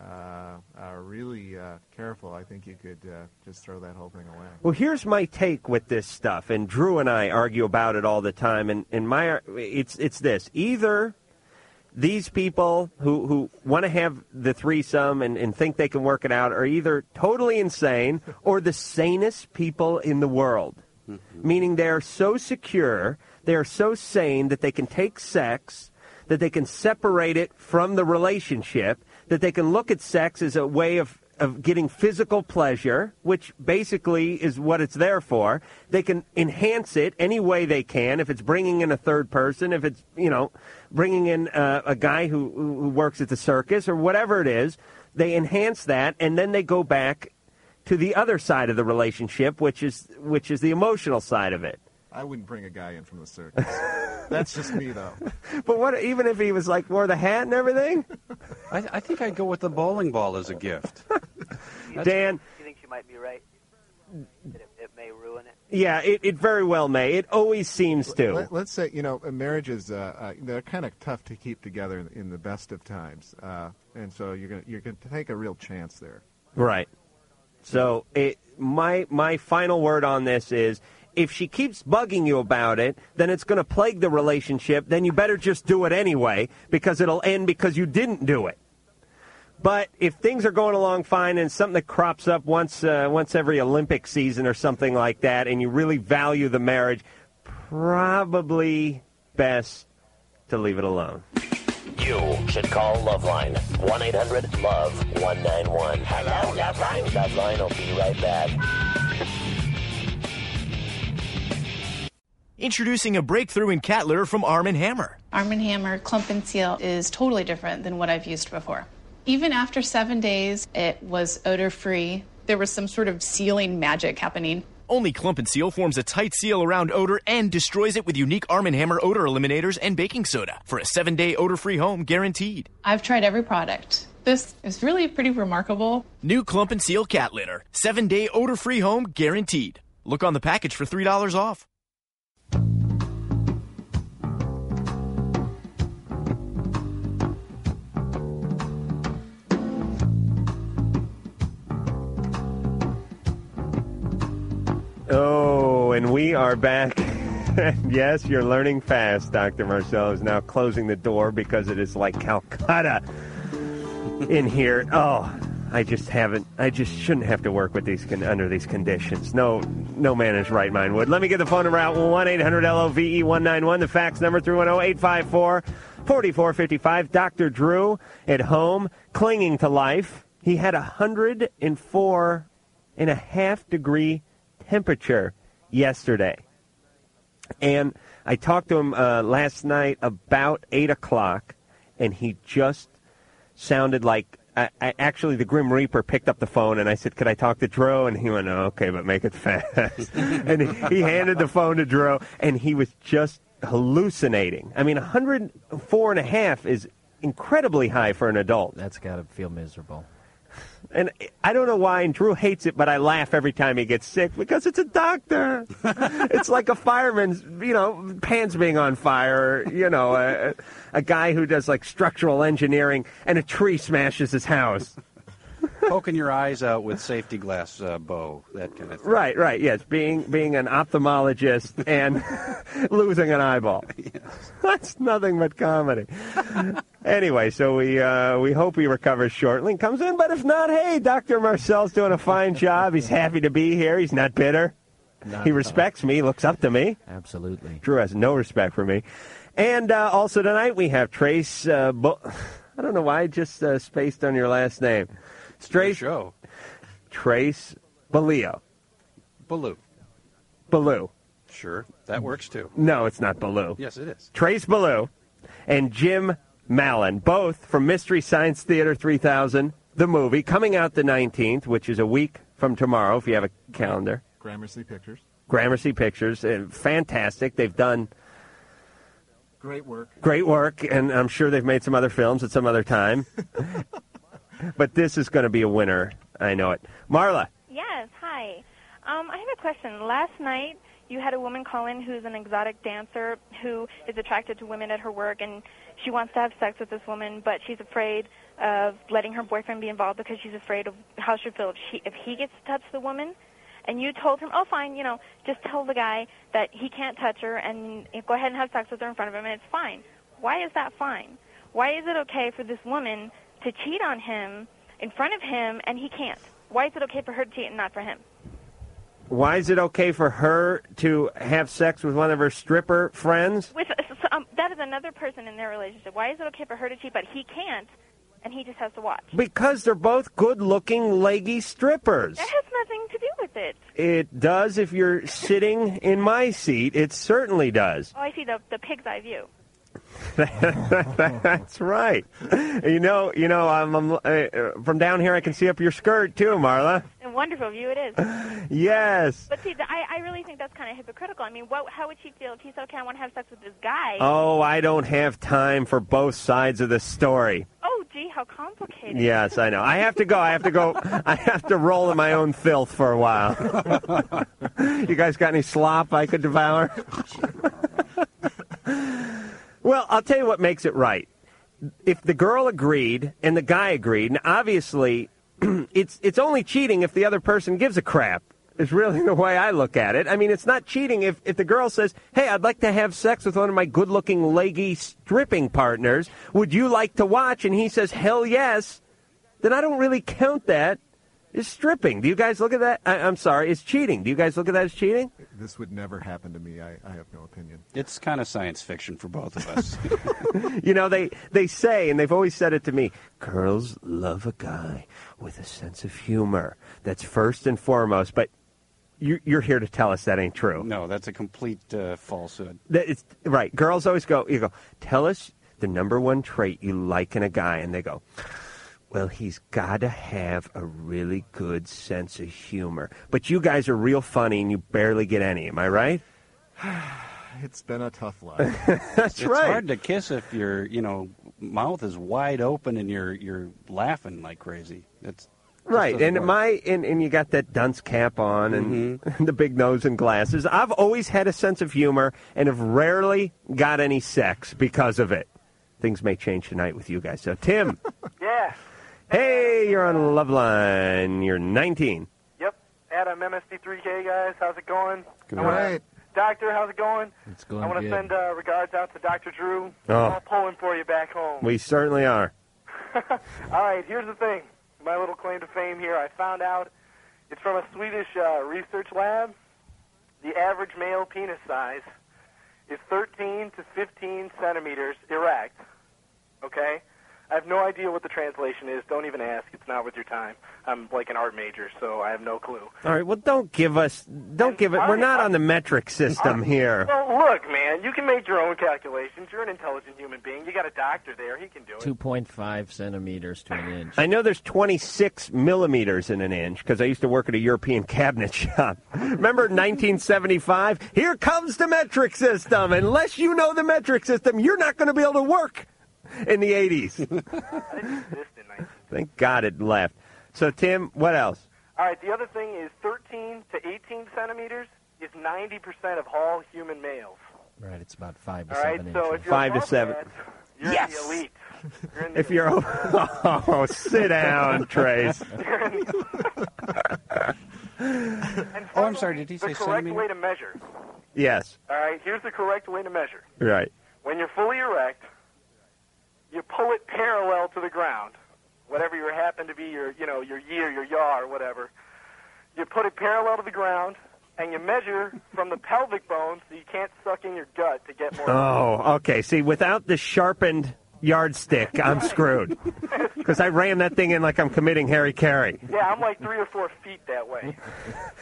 uh, uh, are really uh, careful, I think you could uh, just throw that whole thing away. Well, here's my take with this stuff, and Drew and I argue about it all the time. And, and my it's it's this: either these people who who want to have the threesome and, and think they can work it out are either totally insane or the sanest people in the world, meaning they are so secure, they are so sane that they can take sex, that they can separate it from the relationship, that they can look at sex as a way of of getting physical pleasure, which basically is what it's there for. They can enhance it any way they can. If it's bringing in a third person, if it's you know bringing in uh, a guy who who works at the circus or whatever it is, they enhance that, and then they go back to the other side of the relationship, which is which is the emotional side of it. I wouldn't bring a guy in from [laughs] the circus. That's just me, though. But what even if he was like wore the hat and everything? I, I think I'd go with the bowling ball as a gift. [laughs] Dan, Do you think she might be right? That it, it may ruin it. yeah, it, it very well may. It always seems to. Let, us say you know uh, marriages uh, uh, they're kind of tough to keep together in, in the best of times, uh, and so you're gonna you're gonna take a real chance there. Right. So it, my my final word on this is if she keeps bugging you about it, then it's going to plague the relationship. Then you better just do it anyway because it'll end because you didn't do it. But if things are going along fine and something that crops up once uh, once every Olympic season or something like that, and you really value the marriage, probably best to leave it alone. You should call Loveline 1 800 Love 191. Hello, Loveline. Loveline will be right back. Introducing a breakthrough in cat litter from Arm & Hammer. Arm & Hammer Clump and Seal is totally different than what I've used before. Even after seven days, it was odor free. There was some sort of sealing magic happening. Only Clump and Seal forms a tight seal around odor and destroys it with unique Arm & Hammer odor eliminators and baking soda for a 7-day odor-free home guaranteed. I've tried every product. This is really pretty remarkable. New Clump and Seal cat litter, 7-day odor-free home guaranteed. Look on the package for $3 off. Oh, and we are back. [laughs] yes, you're learning fast. Dr. Marcel is now closing the door because it is like Calcutta in here. Oh, I just haven't. I just shouldn't have to work with these con- under these conditions. No, no man in his right mind would. Let me get the phone number out. One eight hundred L O V E one nine one. The fax number 310-854-4455. Dr. Drew at home clinging to life. He had a hundred and four and a half degree temperature yesterday. And I talked to him uh, last night about 8 o'clock, and he just sounded like. I, I, actually, the Grim Reaper picked up the phone, and I said, Could I talk to Drew? And he went, oh, Okay, but make it fast. and he, he handed the phone to Drew, and he was just hallucinating. I mean, 104 and a half is incredibly high for an adult. That's got to feel miserable. And I don't know why, and Drew hates it, but I laugh every time he gets sick because it's a doctor. it's like a fireman's, you know, pants being on fire, you know, a, a guy who does like structural engineering and a tree smashes his house. Poking your eyes out with safety glass uh, bow, that kind of thing. Right, right, yes. Being being an ophthalmologist and [laughs] losing an [laughs] eyeball. That's nothing but comedy. anyway, so we uh, we hope he recovers shortly and comes in. But if not, hey, Doctor Marcel's doing a fine job. He's happy to be here. He's not bitter. Not at he all. respects me. Looks up to me. Absolutely. Drew has no respect for me. And uh, also tonight we have Trace. Uh, Bo- I don't know why I just uh, spaced on your last name. Trace. Show. Trace Balio. Baloo. Baloo. Sure. That works too. No, it's not Baloo. Yes, it is. Trace Ballou and Jim Mallon, both from Mystery Science Theater 3000, the movie, coming out the 19th, which is a week from tomorrow if you have a calendar. Gramercy Pictures, Gramercy Pictures, uh, fantastic. They've done great work. great work, and I'm sure they've made some other films at some other time. but this is going to be a winner. I know it. Marla, Yes, hi. Um, I have a question. Last night, you had a woman call in who's an exotic dancer who is attracted to women at her work, and she wants to have sex with this woman, but she's afraid of letting her boyfriend be involved because she's afraid of how she'd feel if she if he gets to touch the woman. And you told him, oh, fine, you know, just tell the guy that he can't touch her and go ahead and have sex with her in front of him, and it's fine. Why is that fine? Why is it okay for this woman to cheat on him in front of him and he can't? Why is it okay for her to cheat and not for him? Why is it okay for her to have sex with one of her stripper friends? With so, um, that is another person in their relationship. Why is it okay for her to cheat but he can't, and he just has to watch? Because they're both good-looking, leggy strippers. That has nothing to do with it. It does if you're sitting in my seat. It certainly does. [laughs] Oh, I see the the pig's eye view. That's right. You know, you know, I'm, I'm uh, from down here. I can see up your skirt too, Marla. A wonderful view it is. [laughs] Yes. But see, the, I I really think that's kind of hypocritical. I mean, what how would she feel if he said, "Okay, I want to have sex with this guy"? Oh, I don't have time for both sides of the story. Oh, gee, how complicated. Yes, I know. I have to go. I have to go. I have to roll in my own filth for a while. [laughs] you guys got any slop I could devour? Well, I'll tell you what makes it right. If the girl agreed and the guy agreed, and obviously [clears throat] it's it's only cheating if the other person gives a crap. Is really [laughs] the way I look at it. I mean, it's not cheating if, if the girl says, "Hey, I'd like to have sex with one of my good-looking, leggy stripping partners. Would you like to watch?" And he says, "Hell yes." Then I don't really count that as stripping. Do you guys look at that? I, I'm sorry, it's cheating. Do you guys look at that as cheating? This would never happen to me. I, I have no opinion. It's kind of science fiction for both of [laughs] us. you know, they, they say, and they've always said it to me girls love a guy with a sense of humor. That's first and foremost, but you, you're here to tell us that ain't true. no, that's a complete uh, falsehood. That it's, right. Girls always go, you go, tell us the number one trait you like in a guy, and they go, well, he's got to have a really good sense of humor. But you guys are real funny, and you barely get any. Am I right? [laughs] It's been a tough life. That's it's right. hard to kiss if your you know mouth is wide open and you're you're laughing like crazy. That's Right, doesn't work. Mm-hmm. and my and, and you got that dunce cap on and [laughs] the big nose and glasses. I've always had a sense of humor and have rarely got any sex because of it. Things may change tonight with you guys. So [laughs] Tim, Yeah. hey, you're on Loveline. You're 19. Yep. Adam, MSD3K guys, how's it going? Good. I wanna, Doctor, how's it going? It's I want to send uh, regards out to Dr. Drew. Oh. I'm all pulling for you back home. We certainly are. [laughs] all right, here's the thing. My little claim to fame here. I found out it's from a Swedish uh, research lab. The average male penis size is 13 to 15 centimeters erect. Okay? I have no idea what the translation is. Don't even ask. It's not worth your time. I'm like an art major, so I have no clue. All right. Well, don't give us. Don't give it. We're not on the metric system here. Well, look, man, you can make your own calculations. You're an intelligent human being. You got a doctor there. He can do it. 2.5 centimeters to an inch. I know there's 26 millimeters in an inch because I used to work at a European cabinet [laughs] shop. Remember 1975? Here comes the metric system. Unless you know the metric system, you're not going to be able to work in the 80s. Thank God it left. So, Tim, what else? All right, the other thing is 13 to 18 centimeters is 90% of all human males. Right, it's about five to All right, seven so inches. if you're Five to above seven. You're Yes! in [laughs] the elite. You're in the If you're elite. over. [laughs] Oh, sit [laughs] down, Trace. You're [laughs] in the- And Oh, I'm sorry. Did he the say correct centimeter? way to measure. Yes, All right, here's the correct way to measure. right. When you're fully erect, you pull it parallel to the ground, whatever your happen to be your you know your year, your yaw, or whatever. You put it parallel to the ground, and you measure from the pelvic bone, so you can't suck in your gut to get more. Oh, okay. See, without the sharpened yardstick, [laughs] I'm screwed. Because I ram that thing in like I'm committing Harry Carey. Yeah, I'm like three or four feet that [laughs] way.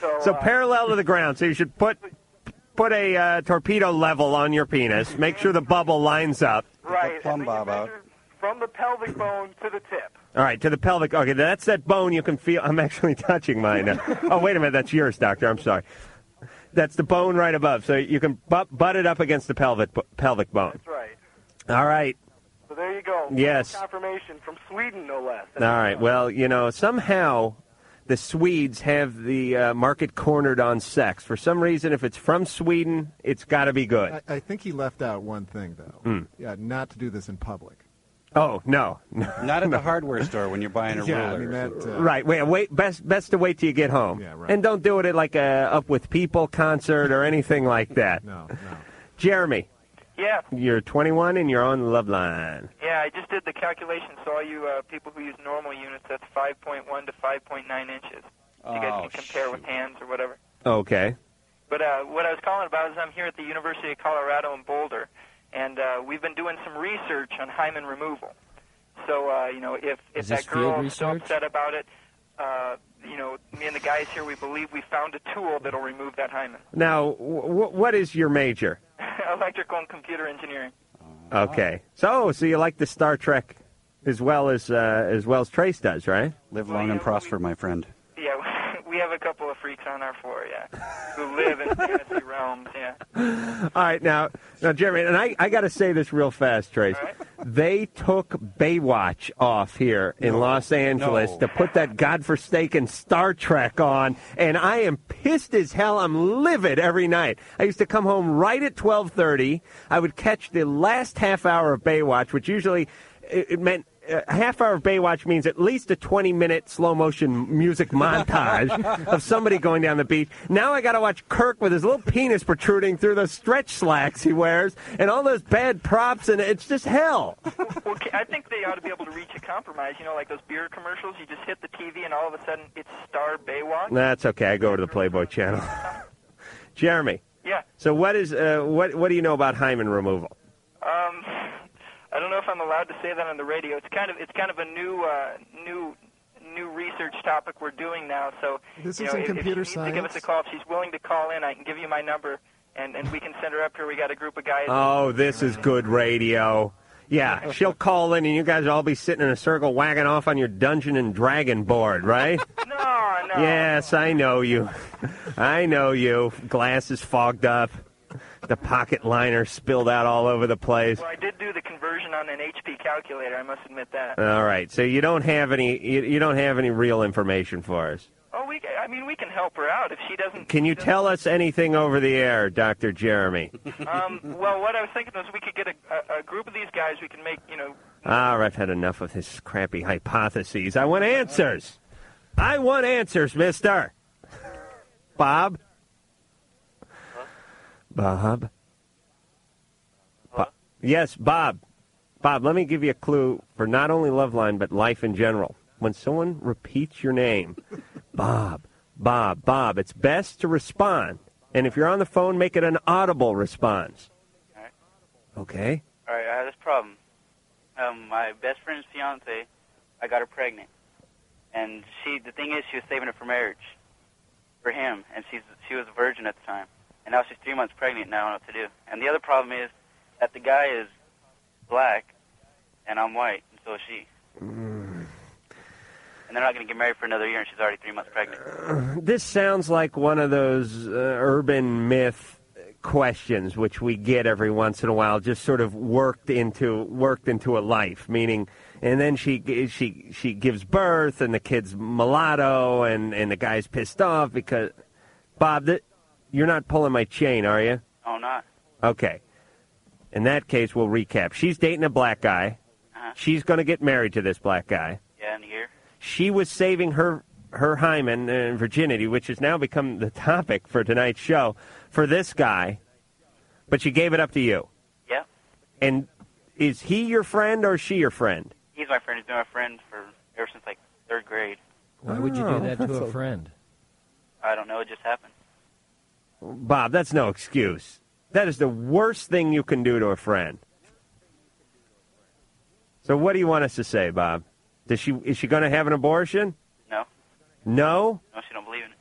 So, So uh, parallel to the ground. So you should put put a uh, torpedo level on your penis. Make sure the bubble lines up. right, and then you measure from the pelvic bone to the tip. All right, to the pelvic. Okay, that's that bone you can feel. I'm actually [laughs] touching mine. Now. Oh, wait a minute. That's yours, doctor. I'm sorry. That's the bone right above. So you can butt, butt it up against the pelvic pelvic bone. That's right. All right. So there you go. Yes. Confirmation from Sweden, no less. All right. Well, you know, somehow the Swedes have the uh, market cornered on sex. For some reason, if it's from Sweden, it's got to be good. I, I think he left out one thing though. Mm. Yeah, not to do this in public. Oh no, [laughs] Not at the hardware store when you're buying a Yeah, I ruler. mean, that, uh, right. Wait, wait. Best, best to wait till you get home. Yeah, right. And don't do it at like a Up with People concert or anything like that. [laughs] No, no. Jeremy. Yeah. You're 21 and you're on Love Line. Yeah, I just did the calculation. So all you uh, people who use normal units, that's 5.1 to 5.9 inches. You guys Oh, can compare with hands or whatever. Okay. But uh, what I was calling about is I'm here at the University of Colorado in Boulder, and uh, we've been doing some research on hymen removal. So uh, you know, if if Is this that girl field is so research? upset about it, uh, you know, me and the guys here, we believe we found a tool that'll remove that hymen. [laughs] Now, w- what is your major? Electrical and computer engineering. Okay. So, so you like the Star Trek as well as uh, as well as Trace does, right? Live long and prosper, my friend. Yeah, [laughs] we have a couple of freaks on our floor, yeah, who live in fantasy realms, yeah. [laughs] All right, now, now, Jeremy, and I, I got to say this real fast, Trace. They took Baywatch off here in Los Angeles to put that godforsaken Star Trek on, and I am pissed as hell. I'm livid every night. I used to come home right at 12:30. I would catch the last half hour of Baywatch, which usually it, it meant. A half hour of Baywatch means at least a 20 minute slow motion music montage of somebody going down the beach. Now I got to watch Kirk with his little penis protruding through those stretch slacks he wears and all those bad props, and it's just hell. Well, ca- I think they ought to be able to reach a compromise. You know, like those beer commercials. You just hit the TV, and all of a sudden, it's Star Baywatch. That's okay. I go over to the Playboy Channel. [laughs] Jeremy. Yeah. So what is uh, what what do you know about hymen removal? Um, I don't know if I'm allowed to say that on the radio. It's kind of it's kind of a new uh, new new research topic we're doing now. So This you is know, in if, computer if she needs to give us a science. call, if she's willing to call in, I can give you my number, and and we can send her up here. We got a group of guys. Oh, this is good radio. [laughs] Yeah, she'll call in and you guys will all be sitting in a circle wagging off on your Dungeon and Dragon board, right? No, [laughs] no. Yes, I know you. I know you. Glasses fogged up. The pocket liner spilled out all over the place. Well, I did do the conversion on an HP calculator. I must admit that. All right, so you don't have any you, you don't have any real information for us. Oh, we I mean we can help her out if she [laughs] doesn't. Can you tell us anything over the air, Dr. Jeremy? um, well, what I was thinking is we could get a, a, a group of these guys. We can make you know Ah, I've had enough of his crappy hypotheses. I want answers. I want answers, mister. Bob? Bob? Bo- yes, Bob. Bob, let me give you a clue for not only Loveline, but life in general. When someone repeats your name, Bob, Bob, Bob, it's best to respond. And if you're on the phone, make it an audible response. Okay? All right, I have this problem. Um, my best friend's fiance, I got her pregnant, and she. The thing is, she was saving it for marriage, for him, and she's she was a virgin at the time, and now she's three months pregnant. Now I don't know what to do. And the other problem is that the guy is black, and I'm white, and so is she. Mm. And they're not going to get married for another year, and she's already three months pregnant. [clears throat] this sounds like one of those uh, urban myth questions which we get every once in a while just sort of worked into worked into a life meaning and then she she she gives birth and the kid's mulatto and and the guy's pissed off because bob th- you're not pulling my chain are you Oh, not. Okay. In that case, we'll recap. She's dating a black guy. She's going to get married to this black guy. Yeah, in a year. She was saving her her hymen and virginity, which has now become the topic for tonight's show, for this guy. But she gave it up to you. Yeah, And is he your friend or is she your friend? he's my friend. He's been my friend for ever since like third grade. Why would you Oh, do that that's to a a- friend? I don't know. It just happened. Bob, that's no excuse. That is the worst thing you can do to a friend. So what do you want us to say, Bob? Does she is she going to have an abortion? No, No? no, she don't believe in it.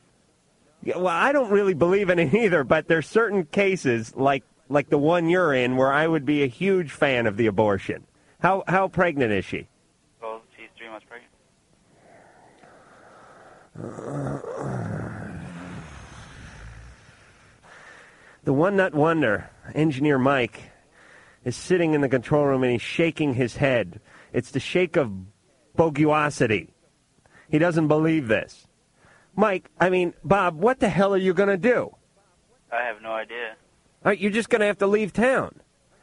Yeah, well, I don't really believe in it [laughs] either, but there's certain cases like like the one you're in where I would be a huge fan of the abortion. How how pregnant is she? Well, she's three months pregnant. The one nut wonder, engineer Mike, is sitting in the control room and he's shaking his head. It's the shake of boguosity. He doesn't believe this. Mike, I mean, Bob, what the hell are you going to do? I have no idea. All right, you're just going to have to leave town.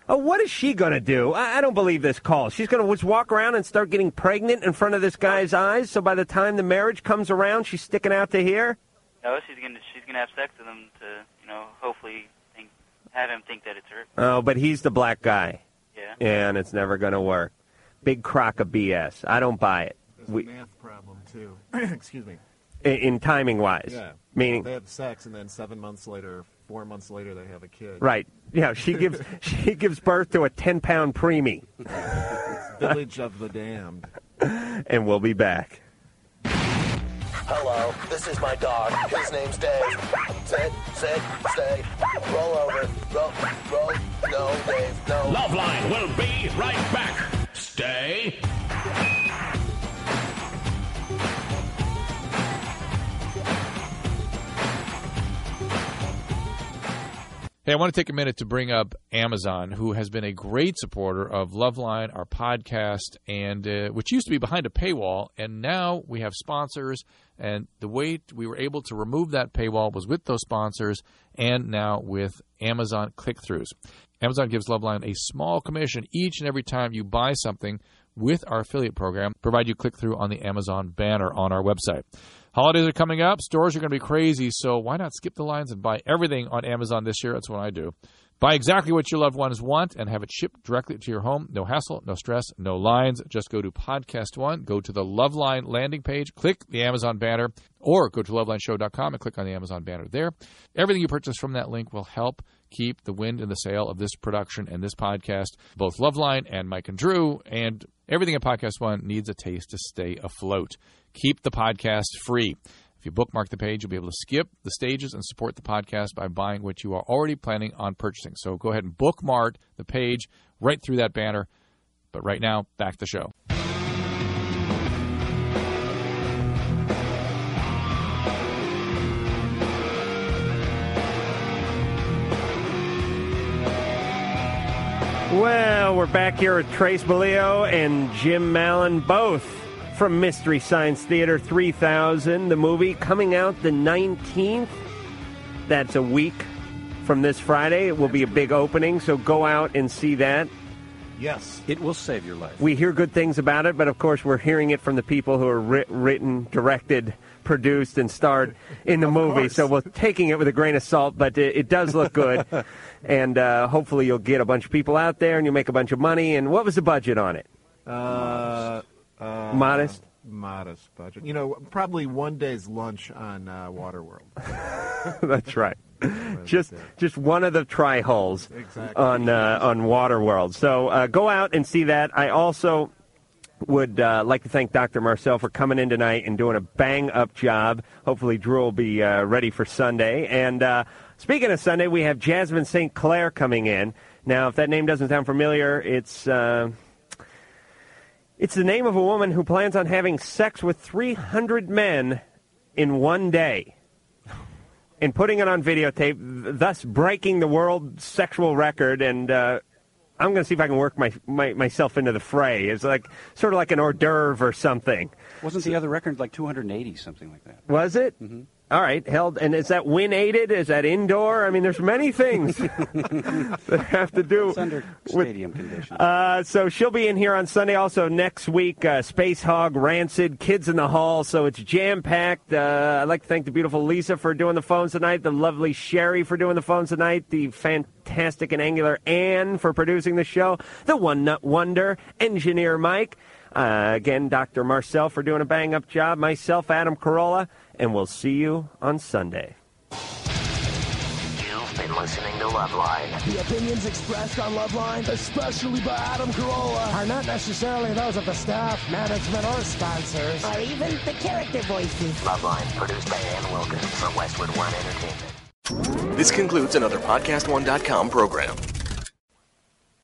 Oh, what is she going to do? I, I don't believe this call. She's going to just walk around and start getting pregnant in front of this guy's eyes. So by the time the marriage comes around, she's sticking out to here. No, she's gonna she's gonna have sex with him to you know hopefully think have him think that it's her. Oh, but he's the black guy. Yeah. And it's never going to work. Big crock of BS. I don't buy it. We, math problem [clears throat] too. Excuse me. in, in timing wise. Yeah. Meaning, they have sex, and then seven months later, four months later, they have a kid. right? Yeah. She gives [laughs] she gives birth to a ten pound preemie, Village of [laughs] the Damned. and we'll be back. Hello, this is my dog. His name's Dave. Sit, sit, stay. Roll over. Roll, roll. No, Dave, no. Loveline will be right back. Stay. Hey, I want to take a minute to bring up Amazon, who has been a great supporter of Loveline, our podcast, and uh, which used to be behind a paywall, and now we have sponsors. And the way we were able to remove that paywall was with those sponsors, and now with Amazon click-throughs. Amazon gives Loveline a small commission each and every time you buy something with our affiliate program, provide you click through on the Amazon banner on our website. Holidays are coming up, stores are going to be crazy, so why not skip the lines and buy everything on Amazon this year? That's what I do. Buy exactly what your loved ones want and have it shipped directly to your home. No hassle, no stress, no lines. Just go to Podcast One, go to the Loveline landing page, click the Amazon banner, or go to lovelineshow.com and click on the Amazon banner there. Everything you purchase from that link will help keep the wind in the sail of this production and this podcast. Both Loveline and Mike and Drew and everything at Podcast One needs a taste to stay afloat. Keep the podcast free. If you bookmark the page, you'll be able to skip the stages and support the podcast by buying what you are already planning on purchasing. So go ahead and bookmark the page right through that banner. But right now, back to the show. Well, we're back here with Trace Balio and Jim Mallon, both from Mystery Science Theater 3000, the movie coming out the 19th. That's a week from this Friday. It will be a big opening, so go out and see that. Yes. It will save your life. We hear good things about it, but of course, we're hearing it from the people who are writ- written, directed, produced, and starred in the movie. So we're taking it with a grain of salt, but it, it does look good. and uh, hopefully, you'll get a bunch of people out there and you'll make a bunch of money. And what was the budget on it? Uh, uh, Modest? Modest budget. You know, probably one day's lunch on uh, Waterworld. [laughs] That's right. Just, just one of the try holes Exactly. on uh, on Waterworld. So uh, go out and see that. I also would uh, like to thank Dr. Marcel for coming in tonight and doing a bang up job. Hopefully, Drew will be uh, ready for Sunday. And uh, speaking of Sunday, we have Jasmine St. Clair coming in. Now, if that name doesn't sound familiar, it's. Uh, it's the name of a woman who plans on having sex with 300 men in one day and putting it on videotape, th- thus breaking the world sexual record. And uh, I'm going to see if I can work my, my myself into the fray. It's like sort of like an hors d'oeuvre or something. Wasn't the other record like 280, something like that? Mm-hmm. Was it? All right, held. And is that wind aided? Is that indoor? I mean, there's many things [laughs] that have to do. It's under with- stadium conditions. Uh, so she'll be in here on Sunday. Also next week, uh, Space Hog, Rancid, Kids in the Hall. So it's jam packed. Uh, I'd like to thank the beautiful Lisa for doing the phones tonight, the lovely Sherry for doing the phones tonight, the fantastic and angular Anne for producing the show, the One Nut Wonder, Engineer Mike. Uh, again, Dr. Marcel for doing a bang up job, myself, Adam Carolla, and we'll see you on Sunday. You've been listening to Loveline. The opinions expressed on Loveline, especially by Adam Carolla, are not necessarily those of the staff, management, or sponsors, or even the character voices. Loveline's produced by Ann Wilkins for Westwood One Entertainment. This concludes another PodcastOne.com program.